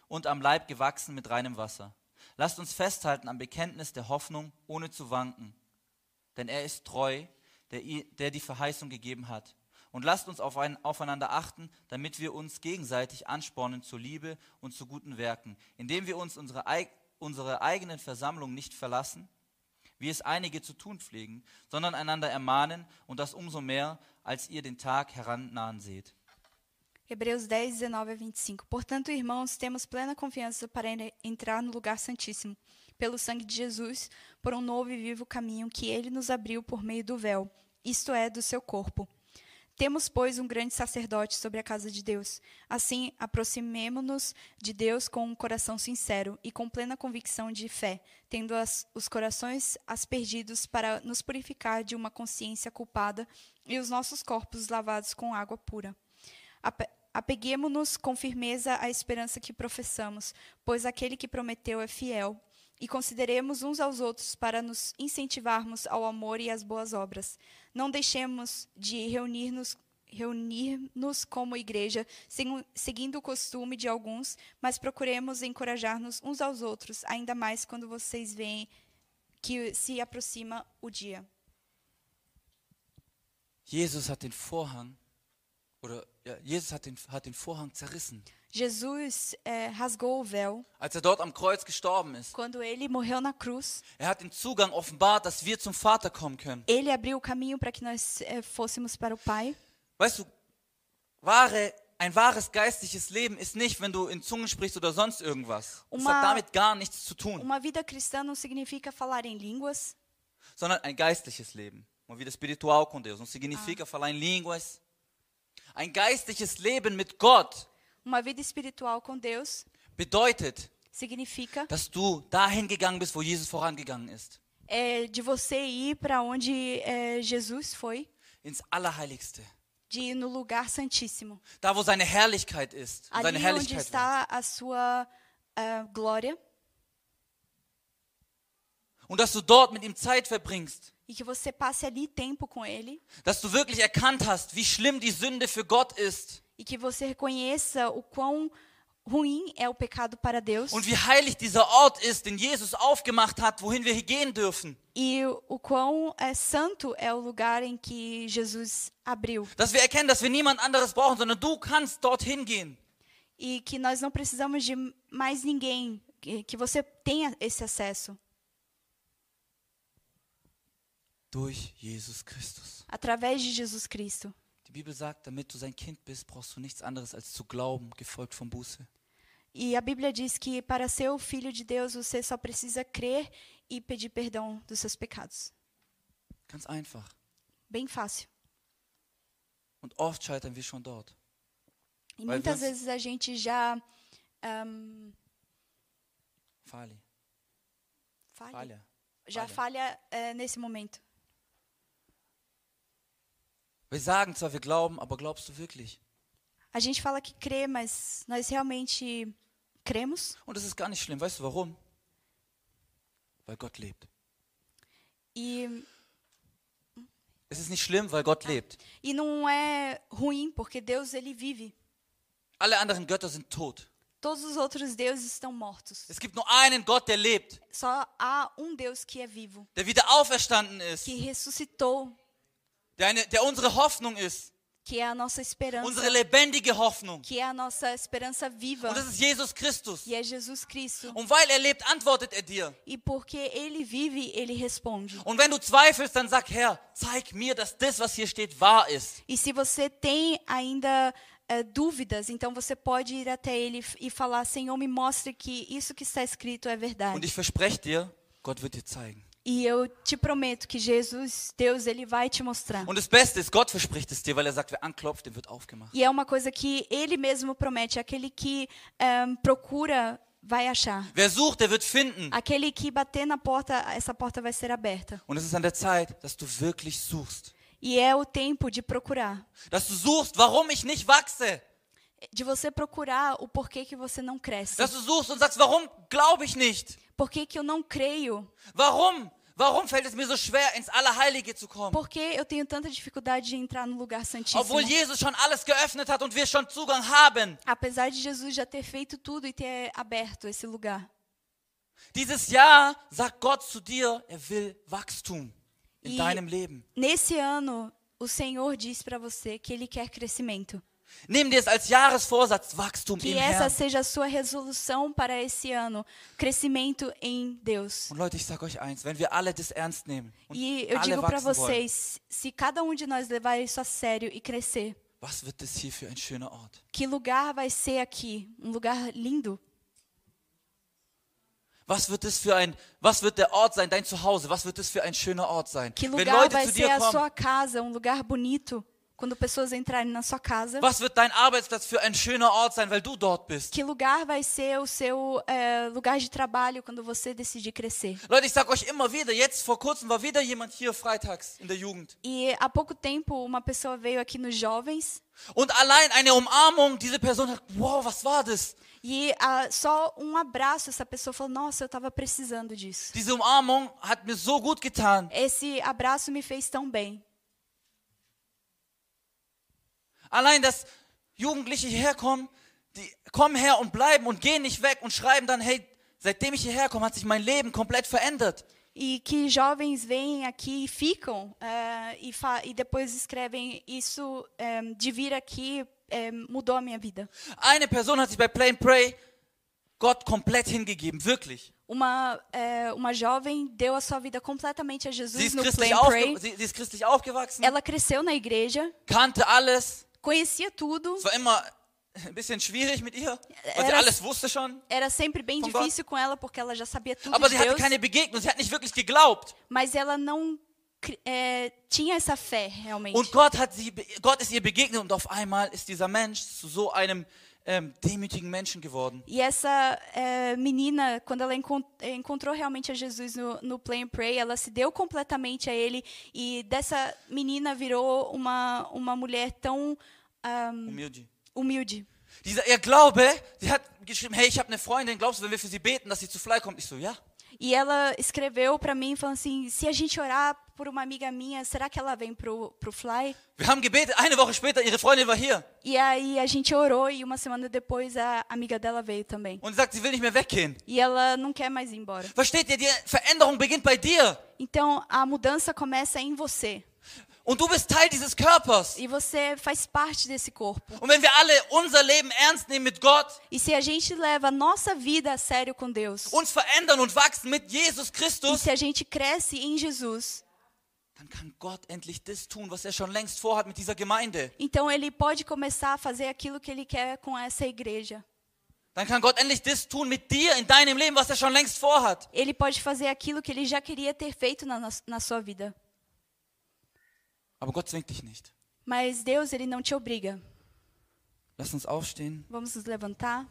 und am Leib gewachsen mit reinem Wasser. Lasst uns festhalten am Bekenntnis der Hoffnung, ohne zu wanken denn er ist treu, der, i- der die Verheißung gegeben hat. Und lasst uns auf ein, aufeinander achten, damit wir uns gegenseitig anspornen zur Liebe und zu guten Werken, indem wir uns unsere, eig- unsere eigenen Versammlungen nicht verlassen, wie es einige zu tun pflegen, sondern einander ermahnen und das umso mehr, als ihr den Tag herannahen seht. Hebreus 10, 19 a 25. Portanto, irmãos, temos plena confiança para en- entrar no lugar santíssimo, pelo sangue de Jesus, por um novo e vivo caminho que ele nos abriu por meio do véu, isto é, do seu corpo. Temos, pois, um grande sacerdote sobre a casa de Deus. Assim, aproximemo-nos de Deus com um coração sincero e com plena convicção de fé, tendo as- os corações aspergidos para nos purificar de uma consciência culpada e os nossos corpos lavados com água pura. Ape- Apeguemo-nos com firmeza à esperança que professamos, pois aquele que prometeu é fiel. E consideremos uns aos outros para nos incentivarmos ao amor e às boas obras. Não deixemos de reunir-nos reunir-nos como igreja, segu- seguindo o costume de alguns, mas procuremos encorajar-nos uns aos outros, ainda mais quando vocês veem que se aproxima o dia. Jesus hat den Vorhang, oder ja, Jesus hat den, hat den Vorhang zerrissen. Jesus eh, rasgou o véu Als er dort am Kreuz gestorben ist, quando ele morreu na cruz. er hat den Zugang offenbart, dass wir zum Vater kommen können. Ele abriu o caminho para que nós eh, fôssemos para o Pai. Weißt du, wahre, ein wahres geistliches Leben ist nicht, wenn du in Zungen sprichst oder sonst irgendwas. Es Uma- hat damit gar nichts zu tun, Uma vida cristã não significa falar em línguas, sondern ein geistliches Leben. Uma vida espiritual com Deus. Não significa falar em línguas. Ein geistliches Leben mit Gott uma vida espiritual com Deus bedeutet, significa dass du dahin gegangen bist, wo Jesus vorangegangen ist. eh, de você ir para onde eh, Jesus foi, Ins Allerheiligste. de ir no lugar santíssimo, Da, wo seine Herrlichkeit ist. Und seine ali onde Herrlichkeit war. está a sua ah, glória Und dass du dort mit ihm Zeit verbringst. e que você passe ali tempo com Ele Dass du wirklich erkannt hast, wie schlimm die Sünde für Gott ist. e que você reconheça o quão ruim é o pecado para Deus Und wie heilig dieser Ort ist, den Jesus aufgemacht hat, wohin wir hier gehen dürfen. e o quão eh, santo é o lugar em que Jesus abriu. Dass wir erkennen, dass wir niemand anderes brauchen, sondern du kannst dorthin gehen. e que nós não precisamos de mais ninguém, que que você tenha esse acesso Durch Jesus Christus. através de Jesus Cristo. Die Bibel sagt, damit du sein Kind bist, brauchst du nichts anderes als zu glauben, gefolgt von Buße. E a Bíblia diz que para ser o filho de Deus, você só precisa crer e pedir perdão dos seus pecados. Ganz einfach. Bem fácil. Und oft scheitern wir schon dort. E Mas nós- muitas vezes a gente já ahm, Fali. falha. Falha. Já falha é, nesse momento. Wir sagen zwar, wir glauben, aber glaubst du wirklich? A gente fala que crê, mas nós realmente cremos Und das ist gar nicht schlimm. Weißt du warum? Weil Gott lebt. e, Es ist nicht schlimm, weil Gott lebt. e não é ruim, porque Deus ele vive. Alle anderen Götter sind tot. Todos os outros deuses estão mortos. Es gibt nur einen Gott, der lebt, Só há um Deus que é vivo, der wieder auferstanden ist, que ressuscitou, der, eine, der unsere Hoffnung ist, que é a nossa esperança, unsere lebendige Hoffnung. que é a nossa esperança viva, Und das ist Jesus Christus. e é Jesus Cristo. Und weil er lebt, antwortet er dir. E porque ele vive, ele responde. Und wenn du zweifelst, dann sag, Herr, zeig mir, dass das, was hier steht, wahr ist. E se você tem ainda eh, dúvidas, então você pode ir até ele f- e falar: Senhor, me mostre que isso que está escrito é Und verdade. ich verspreche dir, Gott wird dir zeigen. E eu te prometo que Jesus, Deus, ele vai te mostrar. Und das Beste ist, Gott verspricht es dir, weil er sagt, wer anklopft, dem wird aufgemacht. E é uma coisa que ele mesmo promete: aquele que eh, procura vai achar. Wer sucht, der wird finden. Aquele que bater na porta, essa porta vai ser aberta. Und es ist an der Zeit, dass du wirklich suchst. E é o tempo de procurar. Dass du suchst, warum ich nicht wachse. De você procurar o porquê que você não cresce. Dass du suchst und sagst, warum glaube ich nicht? Por que que eu não creio? Warum? Warum fällt es mir so schwer, ins Allerheilige zu kommen? Por que eu tenho tanta dificuldade de entrar no lugar santíssimo? Obwohl Jesus schon alles geöffnet hat und wir schon Zugang haben. Apesar de Jesus já ter feito tudo e ter aberto esse lugar. Dieses Jahr sagt Gott zu dir, er will Wachstum in I- deinem Leben. Nesse ano, o Senhor diz para você que ele quer crescimento. Nimm dir es als Jahresvorsatz, Wachstum Que im essa Herrn. seja a sua resolução para esse ano, crescimento em Deus. Und Leute, ich sag euch eins, wenn wir alle das ernst nehmen und E eu alle digo para wachsen wollen, vocês, se cada um de nós levar isso a sério e crescer, was wird das hier für ein schöner Ort? que lugar vai ser aqui? Um lugar lindo? Was wird das für ein, was wird der Ort sein, dein Zuhause? Was wird das für ein schöner Ort sein? Que Wenn lugar Leute vai zu ser dir a kommen, sua casa? Um lugar bonito? Quando pessoas entrarem na sua casa? was wird dein Arbeitsplatz für ein schöner Ort sein, weil du dort bist? Que lugar vai ser o seu eh, lugar de trabalho quando você decidir crescer? Leute, ich sag euch immer wieder, jetzt vor kurzem war wieder jemand hier freitags in der Jugend. E há pouco tempo uma pessoa veio aqui nos jovens Und allein eine Umarmung, diese Person hat, wow, was war das? e ah, só um abraço essa pessoa falou: "Nossa, eu estava precisando disso". Diese Umarmung hat mir so gut getan. Esse abraço me fez tão bem. Allein, dass Jugendliche hierher kommen, die kommen her und bleiben und gehen nicht weg und schreiben dann, hey, seitdem ich hierher komme, hat sich mein Leben komplett verändert. E que jovens vêm aqui e ficam eh, e, fa- e depois escrevem isso eh, de vir aqui eh, mudou a minha vida. Eine Person hat sich bei Play and Pray Gott komplett hingegeben, wirklich. Uma eh, uma jovem deu a sua vida completamente a Sie Jesus ist no Play christlich, and Pray. aufge sie, sie ist christlich aufgewachsen, Ela cresceu na igreja, kannte alles. conhecia tudo, Es war immer ein bisschen schwierig mit ihr, weil sie Era- alles wusste schon. era sempre bem Von difícil com ela porque ela já sabia tudo Aber sie de hatte Deus, keine Begegnung, sie hat nicht wirklich geglaubt. mas ela não cri- é, tinha essa fé realmente. Und Gott, hat sie, be- Gott ist ihr begegnet und auf einmal ist dieser Mensch zu so einem ähm, demütigen Menschen geworden. E essa é, menina, quando ela encon- encontrou realmente a Jesus no, no Play and Pray, ela se deu completamente a ele e dessa menina virou uma uma mulher tão ahm, Humilde. humilde. Dieser, ihr Glaube, sie hat geschrieben, hey, ich habe eine Freundin, glaubst du, wenn wir für sie beten, dass sie zu Fly kommt? Ich so, ja. E ela escreveu para mim falando assim: se a gente orar por uma amiga minha, será que ela vem pro pro Fly? Wir haben gebetet, eine Woche später, ihre Freundin war hier E aí a gente orou e uma semana depois a amiga dela veio também. und sagt, sie will nicht mehr weggehen. E ela não quer mais ir embora. Versteht ihr, die Veränderung beginnt bei dir Então a mudança começa em você. und du bist Teil dieses Körpers. E você faz parte desse corpo. Und wenn wir alle unser Leben ernst nehmen mit Gott, E se a gente leva a nossa vida a sério com Deus, uns verändern und wachsen mit Jesus e Christus, se a gente cresce em Jesus, dann kann Gott endlich das tun, was er schon längst vorhat mit dieser Gemeinde. então ele pode começar a fazer aquilo que ele quer com essa igreja. Dann kann Gott endlich das tun mit dir in deinem Leben, was er schon längst vorhat. Ele pode fazer aquilo que ele já queria ter feito na, nos- na sua vida. Aber Gott zwingt dich nicht. Mas Deus, ele não te obriga. Lass uns aufstehen. Vamos nos levantar.